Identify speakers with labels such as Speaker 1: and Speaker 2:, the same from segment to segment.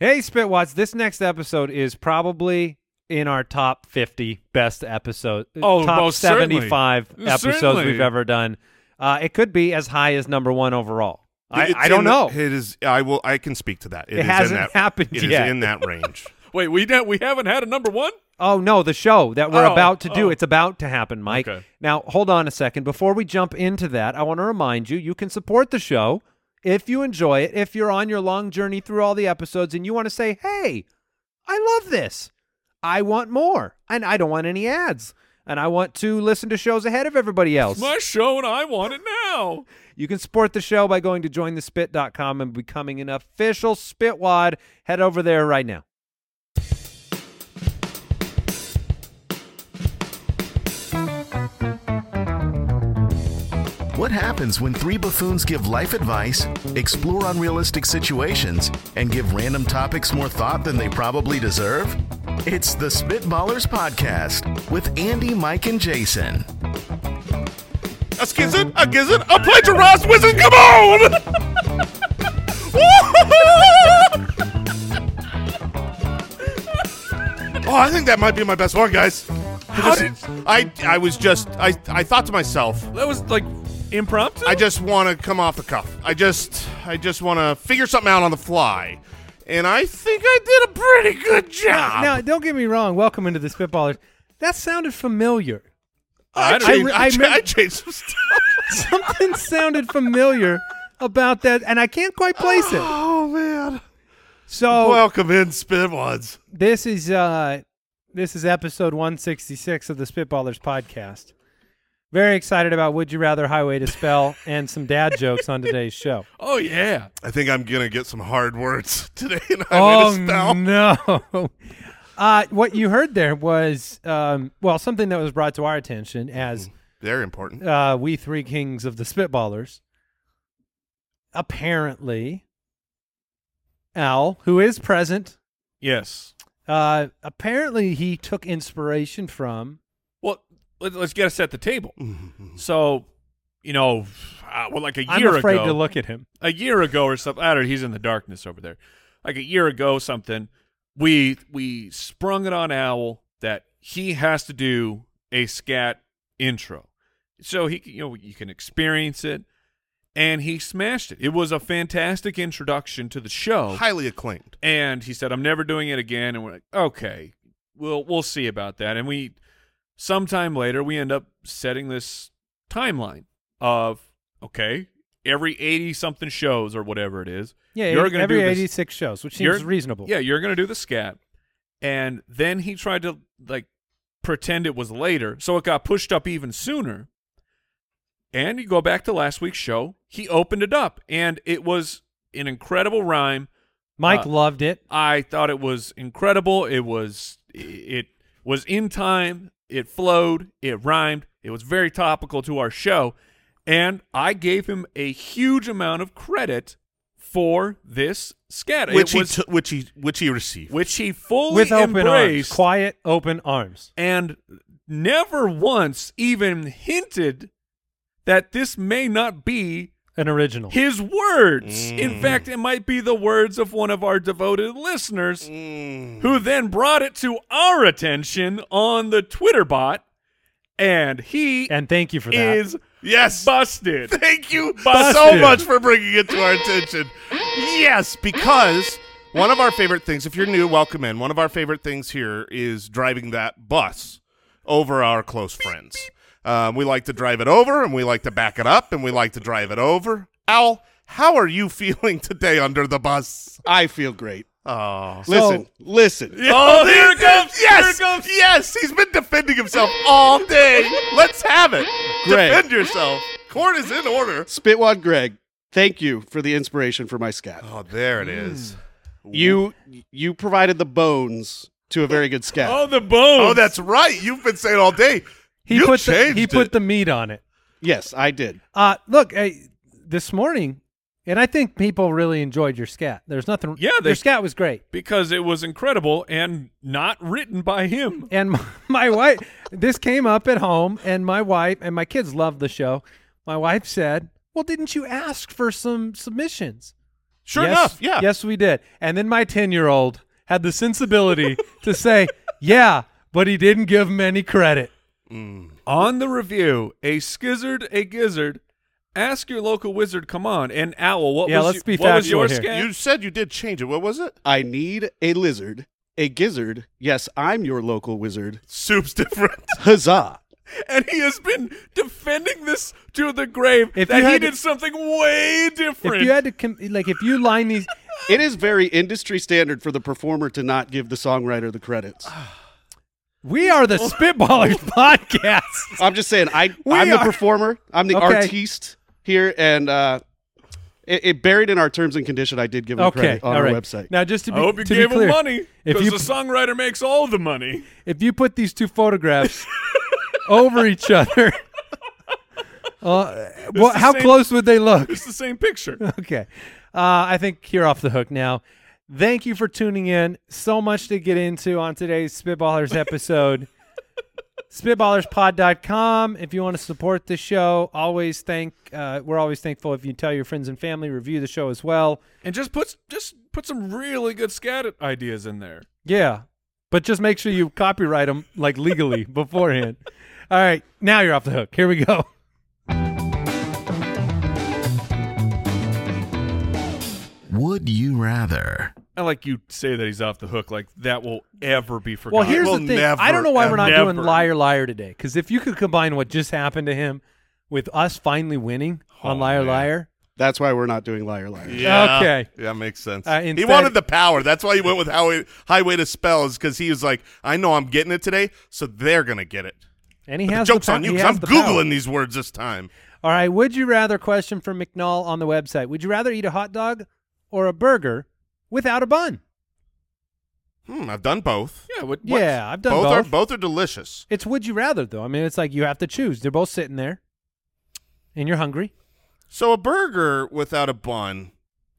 Speaker 1: Hey, Spitwatts, this next episode is probably in our top 50 best episodes.
Speaker 2: Oh,
Speaker 1: top
Speaker 2: most certainly.
Speaker 1: 75 episodes
Speaker 2: Certainly.
Speaker 1: we've ever done. Uh, it could be as high as number one overall. I,
Speaker 3: It's
Speaker 1: I don't
Speaker 3: in-
Speaker 1: know.
Speaker 3: It is. I will. I can speak to that.
Speaker 1: It
Speaker 3: is
Speaker 1: hasn't
Speaker 3: in that,
Speaker 1: happened
Speaker 3: It is
Speaker 1: yet.
Speaker 3: in that range.
Speaker 2: Wait, we don't, we haven't had a number one.
Speaker 1: Oh no, the show that we're
Speaker 2: Oh,
Speaker 1: about to do.
Speaker 2: oh.
Speaker 1: It's about to happen, Mike.
Speaker 2: Okay.
Speaker 1: Now, hold on a second. Before we jump into that, I want to remind you you can support the show if you enjoy it, if you're on your long journey through all the episodes and you want to say, "Hey, I love this. I want more. And I don't want any ads." And I want to listen to shows ahead of everybody else.
Speaker 2: My show, and I want it now.
Speaker 1: You can support the show by going to jointhespit.com and becoming an official Spitwad. Head over there right now.
Speaker 4: What happens when three buffoons give life advice, explore unrealistic situations, and give random topics more thought than they probably deserve? It's the Spitballers Podcast with Andy, Mike, and Jason.
Speaker 3: a skizzard, a gizzard, a plagiarized wizard. Come on! oh, Oh, I think that might be my best one, guys.
Speaker 2: How did,
Speaker 3: I I was just I I thought to myself,
Speaker 2: that was like impromptu.
Speaker 3: I just want to come off the cuff. I just I just want to figure something out on the fly, and I think I did a pretty good job.
Speaker 1: Now, don't get me wrong. Welcome into the Spitballers. That sounded familiar.
Speaker 3: I,
Speaker 2: I don't-
Speaker 1: I re-
Speaker 3: changed, I,
Speaker 1: I
Speaker 3: cha-
Speaker 1: remem-
Speaker 3: I changed some stuff.
Speaker 1: Something sounded familiar about that, and I can't quite place it.
Speaker 3: Oh man!
Speaker 5: So
Speaker 3: Welcome in, Spitwads.
Speaker 5: this is uh this is episode 166 of the Spitballers podcast. Very excited about Would You Rather Highway to Spell and some dad jokes on today's show.
Speaker 2: oh yeah.
Speaker 3: I think I'm gonna get some hard words today. And I
Speaker 5: oh
Speaker 3: made a spell.
Speaker 5: no. Uh, what you heard there was um, well something that was brought to our attention as
Speaker 3: They're important.
Speaker 5: uh, we three kings of the Spitballers. Apparently, Al, who is present,
Speaker 2: Yes.
Speaker 5: uh, apparently he took inspiration from
Speaker 2: Well, let, us get to set the table.
Speaker 3: Mm-hmm.
Speaker 2: So, you know, uh, well, like a
Speaker 5: I'm
Speaker 2: year
Speaker 5: afraid
Speaker 2: ago,
Speaker 5: to look at him.
Speaker 2: a year ago or something. I don't. know, He's in the darkness over there. Like a year ago, something. We we sprung it on Owl that he has to do a scat intro, so he can- you know you can experience it, and he smashed it. It was a fantastic introduction to the show.
Speaker 3: Highly acclaimed.
Speaker 2: And he said, "I'm never doing it again." And we're like, "Okay, we'll we'll see about that." And we, sometime later, we end up setting this timeline of okay, every eighty something shows or whatever it is,
Speaker 5: Yeah,
Speaker 2: you're
Speaker 5: eight-
Speaker 2: gonna
Speaker 5: every
Speaker 2: do this-
Speaker 5: 86 shows, which
Speaker 2: you're-
Speaker 5: seems reasonable.
Speaker 2: Yeah, you're gonna do the scat, and then he tried to like pretend it was later, so it got pushed up even sooner. And you go back to last week's show, he opened it up, and it was an incredible rhyme.
Speaker 5: Mike
Speaker 2: Uh,
Speaker 5: loved it.
Speaker 2: I thought it was incredible. It was it was in time. It flowed. It rhymed. It was very topical to our show, and I gave him a huge amount of credit for this scat, It
Speaker 3: Which he,
Speaker 2: was-
Speaker 3: t- which he which he received.
Speaker 2: which he fully
Speaker 5: With open arms,
Speaker 2: embraced
Speaker 5: quiet open arms.
Speaker 2: and never once even hinted that this may not be
Speaker 5: An original.
Speaker 2: his words.
Speaker 5: Mm.
Speaker 2: In fact, it might be the words of one of our devoted listeners who then brought it to our attention on the Twitter bot, and he
Speaker 5: and thank you for that.
Speaker 2: is
Speaker 3: yes.
Speaker 2: busted.
Speaker 3: Thank you so
Speaker 2: Busted.
Speaker 3: much for bringing it to our attention. Yes, because one of our favorite things, if you're new, welcome in. One of our favorite things here is driving that bus over our close friends. Um, we like to drive it over, and we like to back it up, and we like to drive it over. Al, how are you feeling today under the bus?
Speaker 6: I feel great.
Speaker 3: Oh,
Speaker 6: Listen, listen.
Speaker 2: oh, there it goes. There
Speaker 3: Yes,
Speaker 2: it goes.
Speaker 3: yes, he's been defending himself all day. Let's have it.
Speaker 6: Greg.
Speaker 3: Defend yourself. Court is in order.
Speaker 6: Spitwad Greg, thank you for the inspiration for my scat.
Speaker 3: Oh, there it
Speaker 5: Mm.
Speaker 3: is.
Speaker 6: You you provided the bones to a very good scat.
Speaker 2: Oh, the bones.
Speaker 3: Oh, that's right. You've been saying all day.
Speaker 5: he
Speaker 3: you
Speaker 5: put the,
Speaker 3: changed
Speaker 5: he put
Speaker 3: it.
Speaker 5: the meat on it.
Speaker 6: Yes, I did.
Speaker 5: Uh, look, I, this morning, and I think people really enjoyed your scat. There's nothing.
Speaker 2: Yeah, they-
Speaker 5: your scat was great.
Speaker 2: because it was incredible and not written by him.
Speaker 5: And my, my wife, this came up at home, and my wife and my kids loved the show. My wife said, "Well, didn't you ask for some submissions?"
Speaker 3: Sure
Speaker 5: yes,
Speaker 3: enough, yeah.
Speaker 5: Yes, we did. And then my 10 year old had the sensibility to say, yeah, but he didn't give him any credit.
Speaker 2: On the review, a skizzard, a gizzard. Ask your local wizard. Come on, and owl. What
Speaker 5: Yeah,
Speaker 2: was
Speaker 5: let's
Speaker 2: you-
Speaker 5: be
Speaker 2: what was
Speaker 5: factual
Speaker 2: your
Speaker 5: here.
Speaker 2: scan?
Speaker 3: You said you did change it. What was it?
Speaker 6: I need a lizard, a gizzard. Yes, I'm your local wizard.
Speaker 3: Soup's different.
Speaker 6: Huzzah!
Speaker 2: and he has been defending this to the grave
Speaker 5: If
Speaker 2: that
Speaker 5: you
Speaker 2: he
Speaker 5: had to-
Speaker 2: did something way different.
Speaker 5: If you had to, com- like, if you line these,
Speaker 6: It is very industry standard for the performer to not give the songwriter the credits.
Speaker 5: Ah. we are the Spitballers podcast.
Speaker 6: I'm just saying, I I'm the
Speaker 5: are-
Speaker 6: performer. I'm the
Speaker 5: Okay.
Speaker 6: artiste here, and uh, it, it buried in our terms and condition. I did give him
Speaker 5: Okay,
Speaker 6: credit on
Speaker 5: all
Speaker 6: our
Speaker 5: right.
Speaker 6: website.
Speaker 5: Now, just to
Speaker 2: I
Speaker 5: be,
Speaker 2: hope you
Speaker 5: to
Speaker 2: gave
Speaker 5: be clear,
Speaker 2: him money
Speaker 5: If
Speaker 2: because
Speaker 5: you
Speaker 2: the songwriter makes all the money.
Speaker 5: if you put these two photographs over each other, uh, well,
Speaker 2: the
Speaker 5: how
Speaker 2: same-
Speaker 5: close would they look?
Speaker 2: It's the same picture.
Speaker 5: Okay. Uh, I think you're off the hook now. Thank you for tuning in. So much to get into on today's Spitballers episode. Spitballerspod.com. If you want to support the show, always thank. Uh, we're always thankful if you tell your friends and family, review the show as well.
Speaker 2: And just put just put some really good scat ideas in there.
Speaker 5: Yeah, but just make sure you copyright them like legally beforehand. All right, now you're off the hook. Here we go.
Speaker 4: Would you rather?
Speaker 2: I like you say that he's off the hook. Like that will ever be forgotten.
Speaker 5: Well, here's
Speaker 3: will
Speaker 5: the thing.
Speaker 3: never,
Speaker 5: I don't know why we're not doing
Speaker 2: ever.
Speaker 5: liar liar today. Because if you could combine what just happened to him with us finally winning
Speaker 3: Oh,
Speaker 5: on liar liar,
Speaker 6: That's why we're not doing liar liar.
Speaker 5: Yeah. Okay.
Speaker 3: Yeah, makes sense.
Speaker 5: Uh,
Speaker 3: he
Speaker 5: instead-
Speaker 3: wanted the power. That's why he went with highway, highway to spell is because he was like, I know I'm getting it today, so they're gonna get it.
Speaker 5: and he
Speaker 3: But the
Speaker 5: has
Speaker 3: joke's
Speaker 5: the, pow-
Speaker 3: on you
Speaker 5: he
Speaker 3: 'cause
Speaker 5: has
Speaker 3: I'm
Speaker 5: the
Speaker 3: googling
Speaker 5: power.
Speaker 3: these words this time.
Speaker 5: All right. Would you rather? Question from McNall on the website. Would you rather eat a hot dog or a burger without a bun?
Speaker 3: Hmm, I've done both.
Speaker 2: yeah, what, what-
Speaker 5: Yeah, I've done
Speaker 3: both,
Speaker 5: both.
Speaker 3: are both are delicious.
Speaker 5: it's would you rather though. I mean, it's like you have to choose. They're both sitting there, and you're hungry.
Speaker 3: So a burger without a bun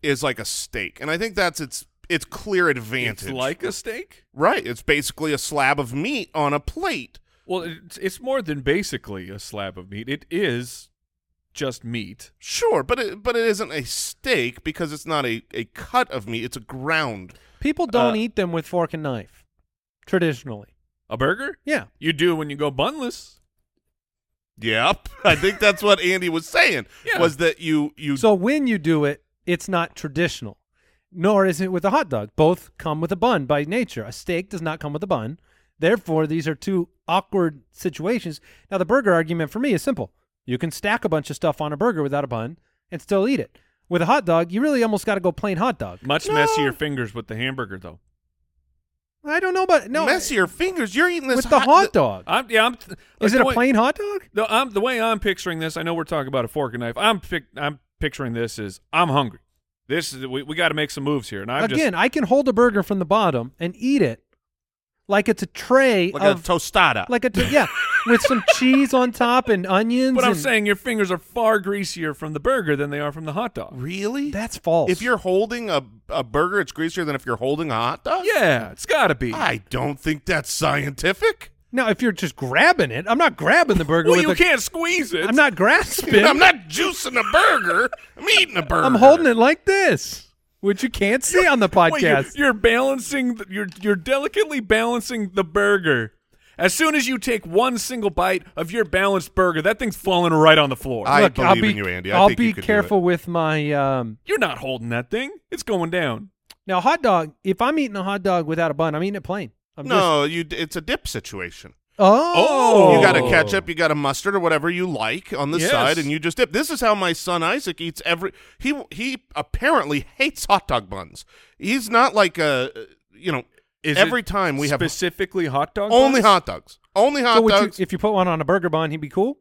Speaker 3: is like a steak, and I think that's its its clear advantage.
Speaker 2: It's like a steak.
Speaker 3: right, it's basically a slab of meat on a plate.
Speaker 2: Well, it's, it's more than basically a slab of meat. It is just meat.
Speaker 3: Sure, but it, but it isn't a steak because it's not a, a cut of meat; it's a ground.
Speaker 5: People don't
Speaker 2: Uh,
Speaker 5: eat them with fork and knife traditionally.
Speaker 2: A burger?
Speaker 5: Yeah.
Speaker 2: You do when you go bunless.
Speaker 3: Yep, I think that's what Andy was saying.
Speaker 2: Yeah.
Speaker 3: Was that you? You
Speaker 5: So when you do it, it's not traditional, nor is it with a hot dog. Both come with a bun by nature. A steak does not come with a bun. Therefore, these are two awkward situations. Now, the burger argument for me is simple. You can stack a bunch of stuff on a burger without a bun and still eat it. With a hot dog, you really almost got to go plain hot dog.
Speaker 2: Much messier fingers with the hamburger, though.
Speaker 5: I don't know about no
Speaker 3: messier fingers. You're eating this
Speaker 5: with the
Speaker 3: hot-
Speaker 5: hot dog.
Speaker 2: I'm, yeah, I'm. th-
Speaker 5: Is
Speaker 2: the
Speaker 5: it a
Speaker 2: point-
Speaker 5: plain hot dog?
Speaker 2: No, I'm the way I'm picturing this. I know we're talking about a fork and knife. I'm pic- I'm picturing this is I'm hungry. This is we, we got to make some moves here, and I'm
Speaker 5: Again, I can hold a burger from the bottom and eat it like it's a tray
Speaker 3: like
Speaker 2: uh,
Speaker 5: of
Speaker 3: a tostada.
Speaker 5: like a t- yeah, with some cheese on top and onions.
Speaker 2: just. But I'm
Speaker 5: and-
Speaker 2: saying your fingers are far greasier from the burger than they are from the hot dog.
Speaker 3: really?
Speaker 5: that's false.
Speaker 3: If you're holding a a burger, it's greasier than if you're holding a hot dog.
Speaker 2: Yeah, it's got to be.
Speaker 3: I don't think that's scientific.
Speaker 5: now, if you're just grabbing it, I'm not grabbing the burger.
Speaker 2: well,
Speaker 5: with
Speaker 2: you
Speaker 5: a-
Speaker 2: can't squeeze it.
Speaker 5: I'm not grasping.
Speaker 3: I'm not juicing a burger. I'm eating a burger.
Speaker 5: I'm holding it like this, which you can't see on the
Speaker 2: Wait, you're,
Speaker 5: podcast.
Speaker 2: you're balancing. The, you're you're delicately balancing the burger. As soon as you take one single bite of your balanced burger, that thing's falling right on the floor.
Speaker 3: I
Speaker 5: Look,
Speaker 3: believe
Speaker 5: I'll be,
Speaker 3: in you, Andy. I
Speaker 5: will
Speaker 3: think
Speaker 5: be
Speaker 3: you could do it.
Speaker 5: careful with my um,
Speaker 2: You're not holding that thing. It's going down.
Speaker 5: now hot dog. If I'm eating a hot dog without a bun, I'm eating it plain. I'm just,
Speaker 3: No, you. It's a dip situation.
Speaker 5: oh,
Speaker 2: Oh.
Speaker 3: You got a
Speaker 2: Oh.
Speaker 3: ketchup, you got a mustard, or whatever you like on the
Speaker 2: Yes.
Speaker 3: side, and you just dip. This is how my son Isaac eats every. He he apparently hates hot dog buns. He's not like a you know.
Speaker 2: Is
Speaker 3: every
Speaker 2: it
Speaker 3: time we have
Speaker 2: specifically hot dog.
Speaker 3: only
Speaker 2: buns?
Speaker 3: hot dogs, only hot
Speaker 5: So would you,
Speaker 3: dogs.
Speaker 5: if you put one on a burger bun, he'd be cool.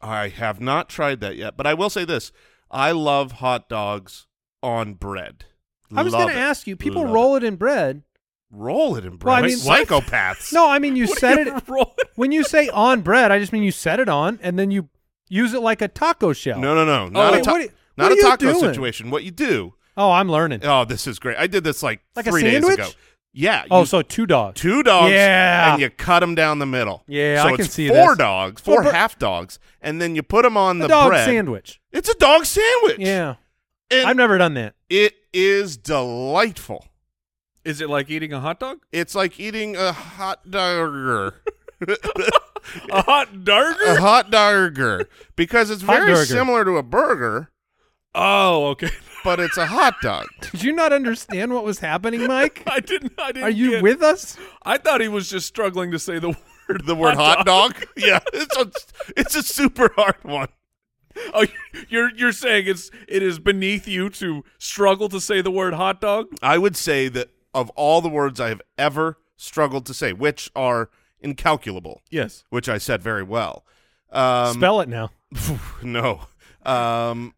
Speaker 3: I have not tried that yet, but I will say this: I love hot dogs on bread.
Speaker 5: I was
Speaker 3: Love
Speaker 5: going to
Speaker 3: it.
Speaker 5: ask you. People
Speaker 3: Love
Speaker 5: roll it in bread.
Speaker 3: roll it in bread.
Speaker 5: Well, I
Speaker 2: mean- Wait, what?
Speaker 3: psychopaths.
Speaker 5: No, I mean you
Speaker 2: What
Speaker 5: said
Speaker 2: are
Speaker 5: it.
Speaker 2: you rolling?
Speaker 5: when you say on bread, I just mean you set it on and then you use it like a taco shell.
Speaker 3: no, no, no, not
Speaker 5: Oh, wait,
Speaker 3: a ta-
Speaker 5: what are-
Speaker 3: not
Speaker 5: what are
Speaker 3: a
Speaker 5: you
Speaker 3: taco
Speaker 5: doing?
Speaker 3: situation. What you do?
Speaker 5: Oh, I'm learning.
Speaker 3: Oh, this is great. I did this like,
Speaker 5: Like a
Speaker 3: three
Speaker 5: sandwich?
Speaker 3: days ago. Yeah.
Speaker 5: oh,
Speaker 3: you-
Speaker 5: so two dogs.
Speaker 3: two dogs.
Speaker 5: Yeah.
Speaker 3: And you cut them down the middle.
Speaker 5: Yeah,
Speaker 3: so
Speaker 5: I can
Speaker 3: it's
Speaker 5: see
Speaker 3: four
Speaker 5: this.
Speaker 3: dogs, four
Speaker 5: Well, bur-
Speaker 3: half dogs, and then you put them on
Speaker 5: a
Speaker 3: the
Speaker 5: dog
Speaker 3: bread.
Speaker 5: sandwich.
Speaker 3: It's a dog sandwich.
Speaker 5: Yeah,
Speaker 3: And
Speaker 5: I've never done that.
Speaker 3: It is delightful.
Speaker 2: Is it like eating a hot dog?
Speaker 3: It's like eating a hot dog.
Speaker 2: A hot dog?
Speaker 3: a hot dogger because it's very
Speaker 5: dogger.
Speaker 3: similar to a burger,
Speaker 2: Oh, okay.
Speaker 3: but it's a hot dog.
Speaker 5: Did you not understand what was happening, Mike?
Speaker 2: I didn't. I didn't.
Speaker 5: Are you
Speaker 2: get-
Speaker 5: with us?
Speaker 2: I thought he was just struggling to say the word.
Speaker 3: The word hot, dog. Yeah, it's a it's a super hard one.
Speaker 2: Oh, you're you're saying it's it is beneath you to struggle to say the word hot dog?
Speaker 3: I would say that of all the words I have ever struggled to say, which are incalculable,
Speaker 2: Yes.
Speaker 3: which I said very well. Um,
Speaker 5: Spell it now.
Speaker 3: no, um,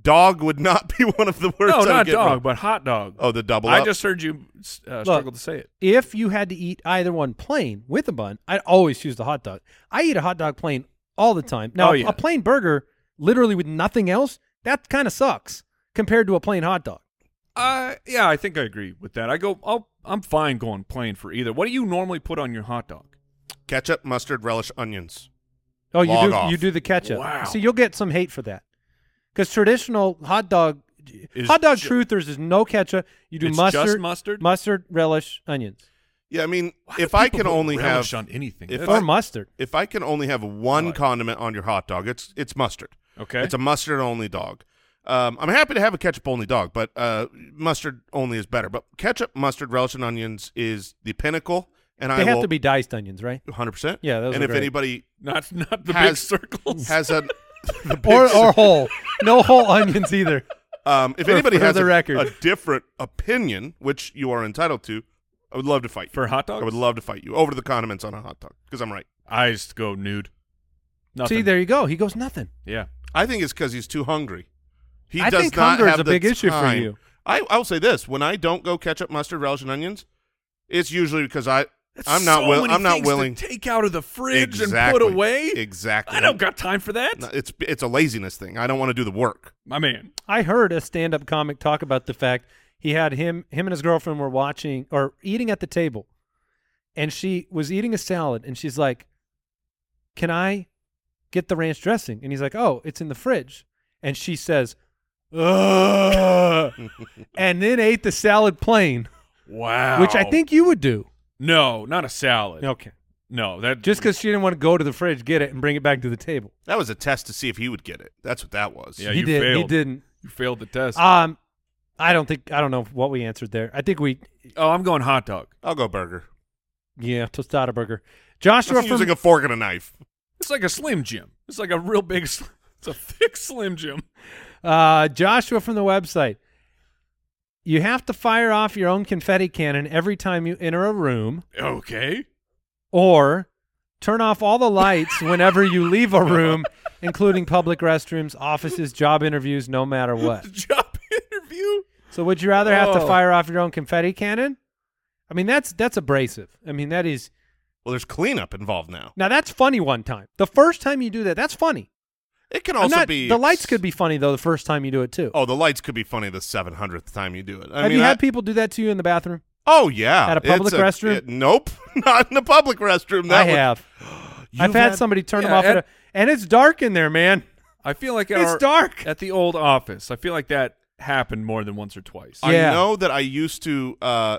Speaker 3: dog would not be one of the words. I
Speaker 2: no,
Speaker 3: would
Speaker 2: not
Speaker 3: get
Speaker 2: dog,
Speaker 3: wrong.
Speaker 2: but hot dog.
Speaker 3: Oh, the double.
Speaker 2: I
Speaker 3: up.
Speaker 2: just heard you uh, struggle to say it.
Speaker 5: If you had to eat either one plain with a bun, I'd always choose the hot dog. I eat a hot dog plain all the time. Now,
Speaker 2: Oh,
Speaker 5: a-
Speaker 2: yeah.
Speaker 5: a plain burger, literally with nothing else, that kind of sucks compared to a plain hot dog.
Speaker 2: Uh, yeah, I think I agree with that. I go. I'll, I'm fine going plain for either. What do you normally put on your hot dog?
Speaker 3: ketchup, mustard, relish, onions.
Speaker 5: Oh, you
Speaker 3: Log
Speaker 5: do
Speaker 3: off.
Speaker 5: you do the ketchup.
Speaker 2: Wow.
Speaker 5: See, you'll get some hate for that because traditional hot dog
Speaker 2: Is
Speaker 5: hot dog
Speaker 2: ju-
Speaker 5: truthers is no ketchup. You do
Speaker 2: It's just
Speaker 5: mustard,
Speaker 2: mustard?
Speaker 5: mustard, relish, onions,
Speaker 3: Yeah, I mean,
Speaker 2: Why do
Speaker 3: if I
Speaker 2: people
Speaker 3: can
Speaker 2: put
Speaker 3: only
Speaker 2: relish
Speaker 3: have
Speaker 2: on anything,
Speaker 3: if
Speaker 2: That's-
Speaker 5: or
Speaker 3: I-
Speaker 5: mustard.
Speaker 3: if I can only have one
Speaker 2: Right.
Speaker 3: condiment on your hot dog, it's it's mustard.
Speaker 2: okay,
Speaker 3: It's a mustard only dog. Um, I'm happy to have a ketchup only dog, but uh, mustard only is better. But ketchup, mustard, relish, and onions is the pinnacle, and
Speaker 5: They
Speaker 3: I
Speaker 5: have
Speaker 3: will
Speaker 5: to be diced onions, right?
Speaker 3: 100. percent
Speaker 5: Yeah, those
Speaker 3: and
Speaker 5: are
Speaker 3: if
Speaker 5: great.
Speaker 3: anybody
Speaker 2: not not the big
Speaker 3: has-
Speaker 2: circles.
Speaker 3: has a, the big
Speaker 5: Or
Speaker 3: cir-
Speaker 5: or whole, no whole onions either.
Speaker 3: um, if
Speaker 5: for-
Speaker 3: anybody
Speaker 5: for
Speaker 3: has
Speaker 5: the
Speaker 3: a,
Speaker 5: record.
Speaker 3: a different opinion, which you are entitled to, I would love to fight you.
Speaker 2: for hot dogs,
Speaker 3: I would love to fight you over the condiments on a hot dog because I'm right.
Speaker 2: I just go nude. Nothing.
Speaker 5: See, there you go. He goes nothing.
Speaker 2: yeah.
Speaker 3: I think it's because he's too hungry. He
Speaker 5: I
Speaker 3: does
Speaker 5: think
Speaker 3: not
Speaker 5: hunger is
Speaker 3: have
Speaker 5: a
Speaker 3: the
Speaker 5: big issue for
Speaker 3: time.
Speaker 5: you.
Speaker 3: I, I will say this: when I don't go ketchup, mustard, relish, and onions, it's usually because I I'm not
Speaker 2: so
Speaker 3: willing.
Speaker 2: many
Speaker 3: I'm not
Speaker 2: things to
Speaker 3: willing.
Speaker 2: take out of the fridge
Speaker 3: exactly.
Speaker 2: and put away.
Speaker 3: Exactly.
Speaker 2: I don't got time for that,
Speaker 3: No, It's it's a laziness thing. I don't want to do the work.
Speaker 2: my man.
Speaker 5: I heard a stand-up comic talk about the fact he had him him and his girlfriend were watching or eating at the table, and she was eating a salad, and she's like, "Can I get the ranch dressing?" And he's like, "Oh, it's in the fridge," and she says, "Ugh," and then ate the salad plain,
Speaker 2: Wow.
Speaker 5: which I think you would do.
Speaker 2: no, not a salad. No,
Speaker 5: Okay,
Speaker 2: that
Speaker 5: just because she didn't want to go to the fridge, get it, and bring it back to the table.
Speaker 3: That was a test to see if he would get it. That's what that was.
Speaker 2: Yeah,
Speaker 5: he
Speaker 2: you
Speaker 5: did.
Speaker 2: failed.
Speaker 5: He didn't.
Speaker 2: you failed the test.
Speaker 5: Um, I don't think I don't know what we answered there. I think we
Speaker 2: oh, I'm going hot dog.
Speaker 3: I'll go burger.
Speaker 5: Yeah, tostada burger. Joshua
Speaker 3: I'm
Speaker 5: from
Speaker 3: using a fork and a knife.
Speaker 2: It's like a Slim Jim. It's like a real big. Slim, it's a thick Slim Jim.
Speaker 5: uh, Joshua from the website. You have to fire off your own confetti cannon every time you enter a room,
Speaker 2: Okay.
Speaker 5: or turn off all the lights whenever you leave a room, including public restrooms, offices, job interviews, no matter what.
Speaker 2: Job interview.
Speaker 5: So, would you rather have to
Speaker 2: Oh.
Speaker 5: fire off your own confetti cannon? I mean, that's that's abrasive. I mean, that is
Speaker 3: Well, there's cleanup involved now.
Speaker 5: now that's funny one time. The first time you do that, that's funny.
Speaker 3: It can
Speaker 5: I'm
Speaker 3: also
Speaker 5: not-
Speaker 3: be
Speaker 5: the lights could be funny though. The first time you do it too.
Speaker 3: Oh, the lights could be funny the seven hundredth time you do it. I
Speaker 5: have
Speaker 3: mean,
Speaker 5: you
Speaker 3: I-
Speaker 5: had people do that to you in the bathroom?
Speaker 3: Oh yeah,
Speaker 5: At a
Speaker 3: It's
Speaker 5: public restroom?
Speaker 3: it- nope, not in a public restroom. That
Speaker 5: I
Speaker 3: would-
Speaker 5: have. I've
Speaker 2: You've
Speaker 5: had,
Speaker 2: had-
Speaker 5: somebody turn them
Speaker 2: yeah,
Speaker 5: off, at
Speaker 2: at-
Speaker 5: a, and it's dark in there, man.
Speaker 2: I feel like at
Speaker 5: It's
Speaker 2: our-
Speaker 5: dark.
Speaker 2: at the old office. I feel like that happened more than once or twice.
Speaker 5: Yeah.
Speaker 3: I know that I used to uh,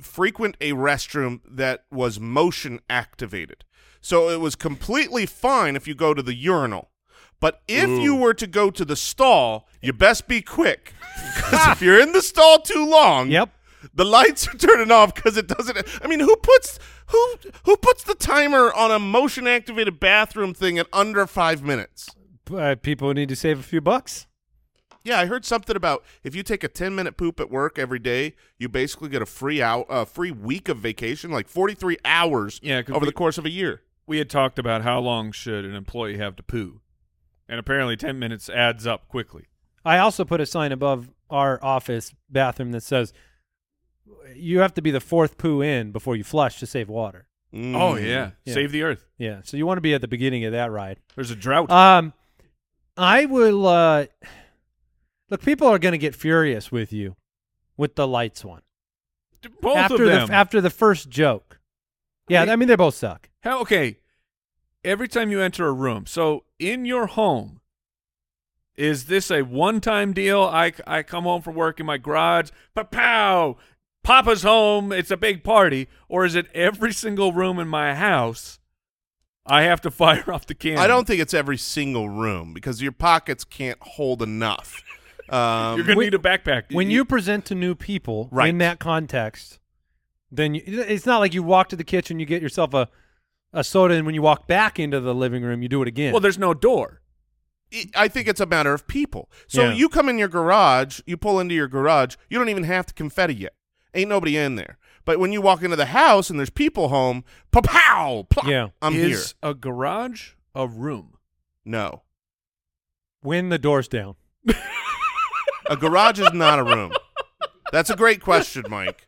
Speaker 3: frequent a restroom that was motion activated. So it was completely fine if you go to the urinal. But if you were to go to the stall, you best be quick. 'Cause if you're in the stall too long,
Speaker 5: Yep.
Speaker 3: the lights are turning off because it doesn't. I mean, who puts who who puts the timer on a motion activated bathroom thing at under five minutes?
Speaker 5: Uh, people need to save a few bucks.
Speaker 3: Yeah, I heard something about if you take a ten minute poop at work every day, you basically get a free out, a free week of vacation, like forty three hours.
Speaker 2: Yeah, 'cause
Speaker 3: over
Speaker 2: we-
Speaker 3: the course of a year.
Speaker 2: we had talked about how long should an employee have to poo, and apparently ten minutes adds up quickly.
Speaker 5: I also put a sign above our office bathroom that says, "You have to be the fourth poo in before you flush to save water."
Speaker 2: Oh
Speaker 6: Mm.
Speaker 2: yeah.
Speaker 5: Mm. Yeah.
Speaker 2: save the earth.
Speaker 5: Yeah, so you want to be at the beginning of that ride.
Speaker 2: There's a drought.
Speaker 5: Um, I will. Uh, look, people are going to get furious with you with the lights one
Speaker 2: Both
Speaker 5: after
Speaker 2: of them.
Speaker 5: the after the first joke. Yeah,
Speaker 2: I-
Speaker 5: I mean they both suck.
Speaker 2: how, okay. Every time you enter a room, so in your home, Is this a one-time deal? I, I come home from work in my garage, pow, Papa's home. It's a big party, or is it every single room in my house? I have to fire off the cannon.
Speaker 3: I don't think it's every single room because your pockets can't hold enough. Um,
Speaker 2: You're gonna
Speaker 5: When-
Speaker 2: need a backpack
Speaker 5: when you present to new people
Speaker 3: Right.
Speaker 5: in that context, then you, it's not like you walk to the kitchen, you get yourself a a soda, and when you walk back into the living room, you do it again.
Speaker 2: Well, there's no door.
Speaker 3: it- I think it's a matter of people. So
Speaker 5: Yeah.
Speaker 3: you come in your garage, you pull into your garage, you don't even have to confetti yet. Ain't nobody in there. But when you walk into the house and there's people home, pow, pow, plop,
Speaker 5: Yeah.
Speaker 3: I'm
Speaker 2: is
Speaker 3: here.
Speaker 2: a garage a room?
Speaker 3: No,
Speaker 5: when the door's down,
Speaker 3: a garage is not a room. That's a great question, Mike.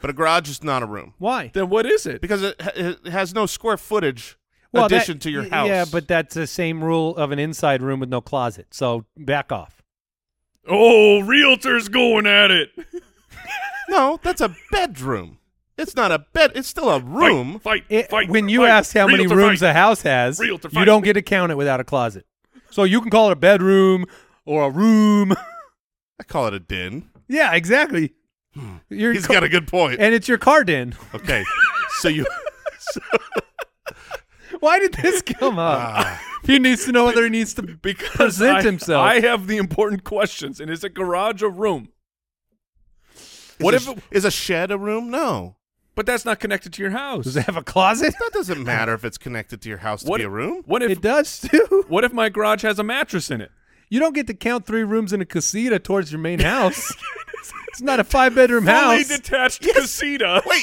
Speaker 3: But a garage is not a room
Speaker 5: why?
Speaker 2: Then what is it?
Speaker 3: because it, ha- it has no square footage
Speaker 5: that-
Speaker 3: addition to your
Speaker 5: y-
Speaker 3: house.
Speaker 5: Yeah, but that's the same rule of an inside room with no closet. So back off.
Speaker 2: Oh, realtors going at it.
Speaker 3: no, that's a bedroom. It's not a bed. It's still a room.
Speaker 2: Fight.
Speaker 5: It-
Speaker 2: fight
Speaker 5: when you
Speaker 2: fight,
Speaker 5: ask how many
Speaker 2: realtor
Speaker 5: rooms
Speaker 2: fight.
Speaker 5: a house has,
Speaker 2: Realtor
Speaker 5: you
Speaker 2: fight.
Speaker 5: don't get to count it without a closet. So you can call it a bedroom or a room.
Speaker 3: I call it a din.
Speaker 5: yeah, exactly. You're
Speaker 3: Hmm. He's
Speaker 5: ca-
Speaker 3: got a good point.
Speaker 5: and it's your card in.
Speaker 3: Okay, so you.
Speaker 5: Why did this come up?
Speaker 3: Ah.
Speaker 5: he needs to know whether he needs to
Speaker 2: because
Speaker 5: present
Speaker 2: I,
Speaker 5: himself.
Speaker 2: I have the important questions, and is a garage a room?
Speaker 3: What
Speaker 2: What
Speaker 3: is
Speaker 2: if
Speaker 3: a,
Speaker 2: it-
Speaker 3: is a shed a room? No,
Speaker 2: But that's not connected to your house.
Speaker 5: Does it have a closet?
Speaker 3: that doesn't matter if it's connected to your house to
Speaker 2: what
Speaker 3: be a room.
Speaker 2: What if
Speaker 5: it does too.
Speaker 2: what if my garage has a mattress in it?
Speaker 5: You don't get to count three rooms in a casita towards your main house. it's not a five bedroom
Speaker 2: Fully
Speaker 5: house.
Speaker 2: detached casita. Wait,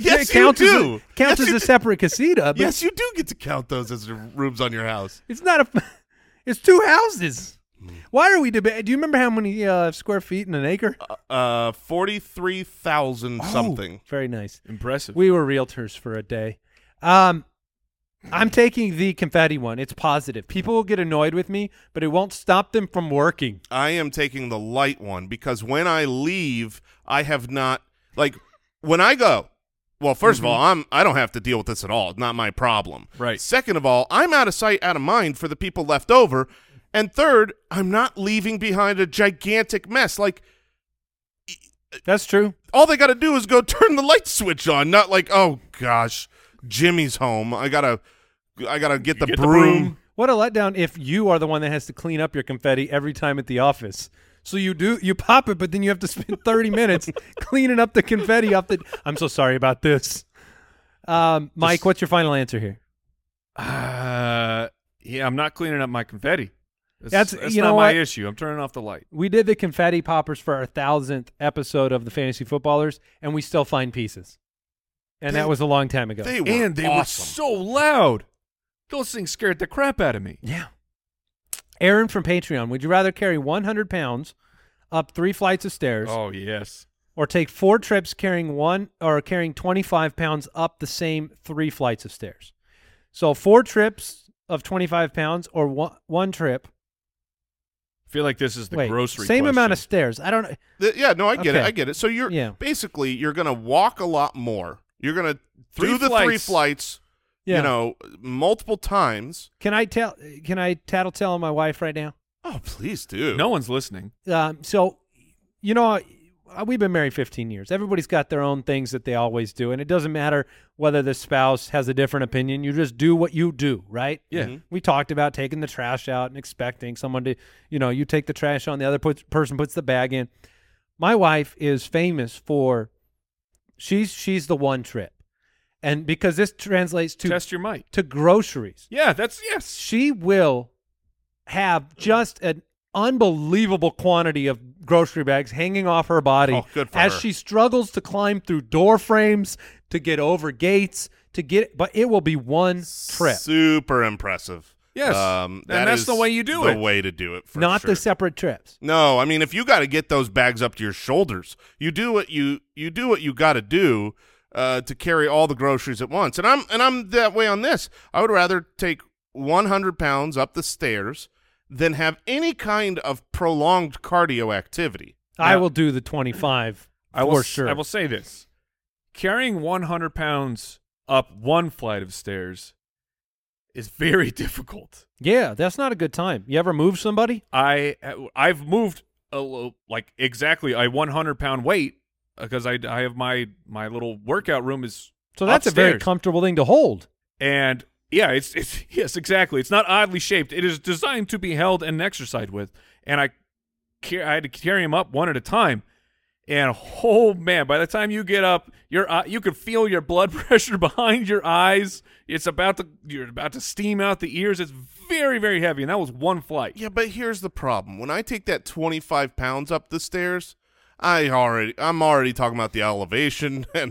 Speaker 3: Yes,
Speaker 5: it counts
Speaker 3: you
Speaker 5: as
Speaker 3: do.
Speaker 5: a, counts
Speaker 3: yes,
Speaker 5: as
Speaker 3: you
Speaker 5: a
Speaker 3: do.
Speaker 5: separate casita, but
Speaker 3: Yes, you do get to count those as your rooms on your house.
Speaker 5: it's not a. It's two houses.
Speaker 3: Hmm.
Speaker 5: Why are we debating? Do you remember how many uh, square feet in an acre?
Speaker 3: Uh, forty-three thousand something.
Speaker 5: Very nice.
Speaker 2: impressive.
Speaker 5: We were realtors for a day. Um, I'm taking the confetti one. It's positive. People will get annoyed with me, but it won't stop them from working.
Speaker 3: I am taking the light one because when I leave, I have not like when I go. Well, 1st of all, I'm I don't have to deal with this at all. It's not my problem.
Speaker 2: Right.
Speaker 3: Second of all, I'm out of sight, out of mind for the people left over. And third, I'm not leaving behind a gigantic mess. Like
Speaker 5: That's true.
Speaker 3: all they got to do is go turn the light switch on. Not like, oh gosh, Jimmy's home. I gotta, I gotta get, the,
Speaker 2: get the
Speaker 3: broom.
Speaker 2: broom.
Speaker 5: What a letdown if you are the one that has to clean up your confetti every time at the office. So you do you pop it, but then you have to spend thirty minutes cleaning up the confetti off the. I'm so sorry about this, um, Mike. What's your final answer here?
Speaker 2: Uh, yeah, I'm not cleaning up my confetti.
Speaker 5: That's-
Speaker 2: That's,
Speaker 5: you
Speaker 2: not
Speaker 5: know
Speaker 2: my
Speaker 5: what?
Speaker 2: issue. I'm turning off the light.
Speaker 5: We did the confetti poppers for our thousandth episode of the Fantasy Footballers, and we still find pieces. And
Speaker 3: They-
Speaker 5: that was a long time ago.
Speaker 3: They were
Speaker 2: and they
Speaker 3: awesome.
Speaker 2: were so loud. Those things scared the crap out of me.
Speaker 5: yeah. Aaron from Patreon, would you rather carry 100 pounds up three flights of stairs?
Speaker 2: Oh yes.
Speaker 5: or take four trips carrying one or carrying 25 pounds up the same three flights of stairs. So four trips of 25 pounds or one, one trip.
Speaker 2: I feel like this is the
Speaker 5: wait,
Speaker 2: grocery.
Speaker 5: same amount of
Speaker 2: question.
Speaker 5: stairs. I don't.
Speaker 3: Th- yeah, no, I get it.
Speaker 5: Okay.
Speaker 3: I get it. So you're
Speaker 5: Yeah.
Speaker 3: basically you're gonna walk a lot more. You're gonna
Speaker 2: Three
Speaker 3: do the three
Speaker 2: flights.
Speaker 3: flights,
Speaker 5: Yeah.
Speaker 3: you know, multiple times.
Speaker 5: Can I tell? Can I tattle tale on my wife right now?
Speaker 3: Oh, please do.
Speaker 2: No one's listening.
Speaker 5: Um, so, you know, uh, we've been married 15 years. Everybody's got their own things that they always do, and it doesn't matter whether the spouse has a different opinion. You just do what you do, right?
Speaker 2: Yeah.
Speaker 5: We talked about taking the trash out and expecting someone to, you know, you take the trash on, the other puts, person puts the bag in. My wife is famous for she's she's the one trip, and because this translates to
Speaker 2: Test your mic.
Speaker 5: to groceries
Speaker 2: Yeah, that's yes.
Speaker 5: she will have just an unbelievable quantity of grocery bags hanging off her body
Speaker 3: Oh, good for
Speaker 5: as
Speaker 3: her.
Speaker 5: she struggles to climb through door frames to get over gates to get but it will be one trip
Speaker 3: Super impressive. Um,
Speaker 2: Yes. And
Speaker 3: that
Speaker 2: that's
Speaker 3: is
Speaker 2: the way you do
Speaker 3: the
Speaker 2: it.
Speaker 3: way to do it. For
Speaker 5: not
Speaker 3: sure.
Speaker 5: the separate trips
Speaker 3: No, I mean if you got to get those bags up to your shoulders, you do what you you do what you got to do uh, to carry all the groceries at once. And I'm and I'm that way on this. I would rather take 100 pounds up the stairs than have any kind of prolonged cardio activity.
Speaker 5: i
Speaker 2: Now-
Speaker 5: will do the 25
Speaker 2: I will,
Speaker 5: for
Speaker 2: s-
Speaker 5: sure
Speaker 2: I will say this: carrying 100 pounds up one flight of stairs is very difficult.
Speaker 5: Yeah, that's not a good time. You ever move somebody?
Speaker 2: I I've moved a lo- like exactly a 100 pound weight because I I have my my little workout room is
Speaker 5: So that's a very
Speaker 2: Upstairs.
Speaker 5: comfortable thing to hold.
Speaker 2: and yeah it's it's yes exactly it's not oddly shaped it is designed to be held and exercised with and I ca- I had to carry him up one at a time and oh man by the time you get up your eye you could feel your blood pressure behind your eyes it's about to you're about to steam out the ears it's very very heavy and that was one flight
Speaker 3: Yeah, but here's the problem. When I take that 25 pounds up the stairs, I already I'm already talking about the elevation and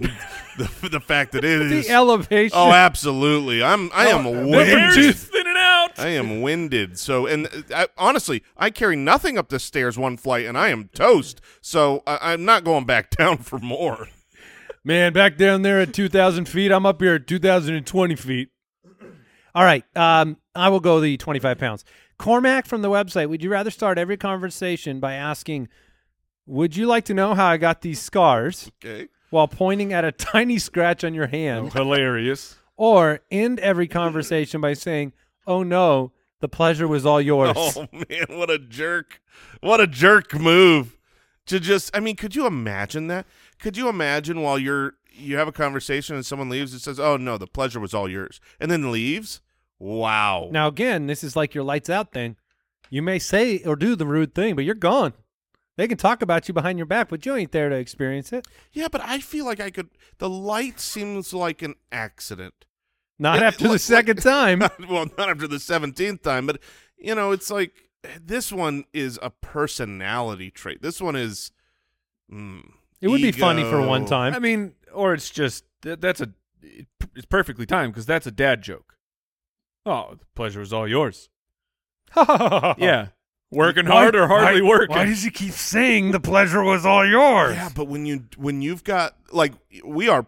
Speaker 3: the, the fact that it is
Speaker 5: The elevation.
Speaker 3: Oh, absolutely. I'm I am
Speaker 2: The hair
Speaker 3: winded.
Speaker 2: is thinning out
Speaker 3: I am winded. So and uh, I, honestly, I carry nothing up the stairs one flight and I am toast. So I, I'm not going back down for more.
Speaker 5: Man, back down there at 2,000 feet, I'm up here at 2,020 feet. All right, um, I will go the 25 pounds. Cormac from the website, would you rather start every conversation by asking, Would you like to know how I got these scars?
Speaker 3: Okay.
Speaker 5: While pointing at a tiny scratch on your hand,
Speaker 2: hilarious
Speaker 5: or end every conversation by saying, Oh no, the pleasure was all yours.
Speaker 3: Oh man, what a jerk. What a jerk move. To just I mean, could you imagine that? Could you imagine while you're you have a conversation and someone leaves and says, "Oh no, the pleasure was all yours." And then leaves? Wow.
Speaker 5: Now, again, this is like your lights out thing. You may say or do the rude thing, but you're gone. They can talk about you behind your back, but you ain't there to experience it.
Speaker 3: yeah, but I feel like I could the light seems like an accident.
Speaker 5: Not
Speaker 3: Yeah,
Speaker 5: after the
Speaker 3: like-
Speaker 5: second time.
Speaker 3: well, not after the 17th time, but you know, it's like this one is a personality trait. This one is mm,
Speaker 5: It would be funny for one
Speaker 3: ego.
Speaker 5: time.
Speaker 2: I mean, or it's just that, that's a it, it's perfectly timed because that's a dad joke. Oh, the pleasure is all yours. Yeah, working hard or hardly working.
Speaker 1: he keep saying the pleasure was all yours?
Speaker 3: Yeah, but when you when you've got like we are,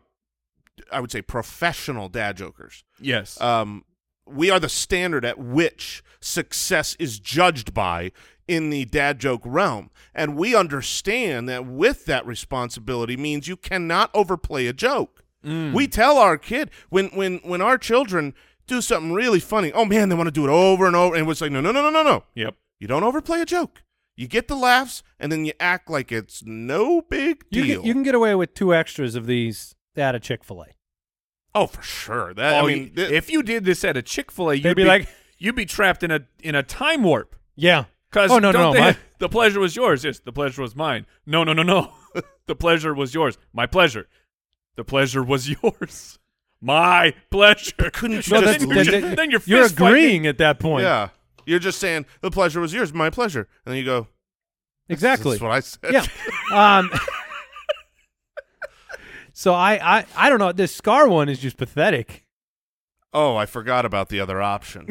Speaker 3: I would say professional dad jokers.
Speaker 2: yes,
Speaker 3: Um, we are the standard at which success is judged by in the dad joke realm, and we understand that with that responsibility means you cannot overplay a joke.
Speaker 5: Mm.
Speaker 3: We tell our kid when when when our children do something really funny. Oh man, they want to do it over and over, and we're just like, no, no, no, no, no, no.
Speaker 2: yep.
Speaker 3: You don't overplay a joke. You get the laughs, and then you act like it's no big
Speaker 5: You
Speaker 3: deal.
Speaker 5: can, you can get away with two extras of these at a Chick fil A.
Speaker 3: oh, for sure. That I
Speaker 2: Oh,
Speaker 3: mean,
Speaker 2: y-
Speaker 3: th-
Speaker 2: if you did this at a Chick Fil A, you'd
Speaker 5: They'd be like-
Speaker 2: you'd be trapped in a in a time warp.
Speaker 5: Yeah.
Speaker 2: Because
Speaker 5: oh, no, no, no.
Speaker 2: don't they
Speaker 5: my-
Speaker 2: have- the pleasure was yours. Yes, the pleasure was mine. No, no, no, no. the pleasure was yours. My pleasure. The pleasure was yours. My pleasure.
Speaker 3: couldn't you
Speaker 5: no,
Speaker 3: just
Speaker 5: that's-
Speaker 3: leave-
Speaker 5: that-
Speaker 2: then-
Speaker 5: that-
Speaker 2: then you're
Speaker 5: you're
Speaker 2: fist fighting.
Speaker 5: agreeing at that point.
Speaker 3: yeah, you're just saying the pleasure was yours, my pleasure, and then you go
Speaker 5: Exactly.
Speaker 3: That's what I said.
Speaker 5: yeah. Um, so I, I, I don't know. This scar one is just pathetic.
Speaker 3: Oh, I forgot about the other option.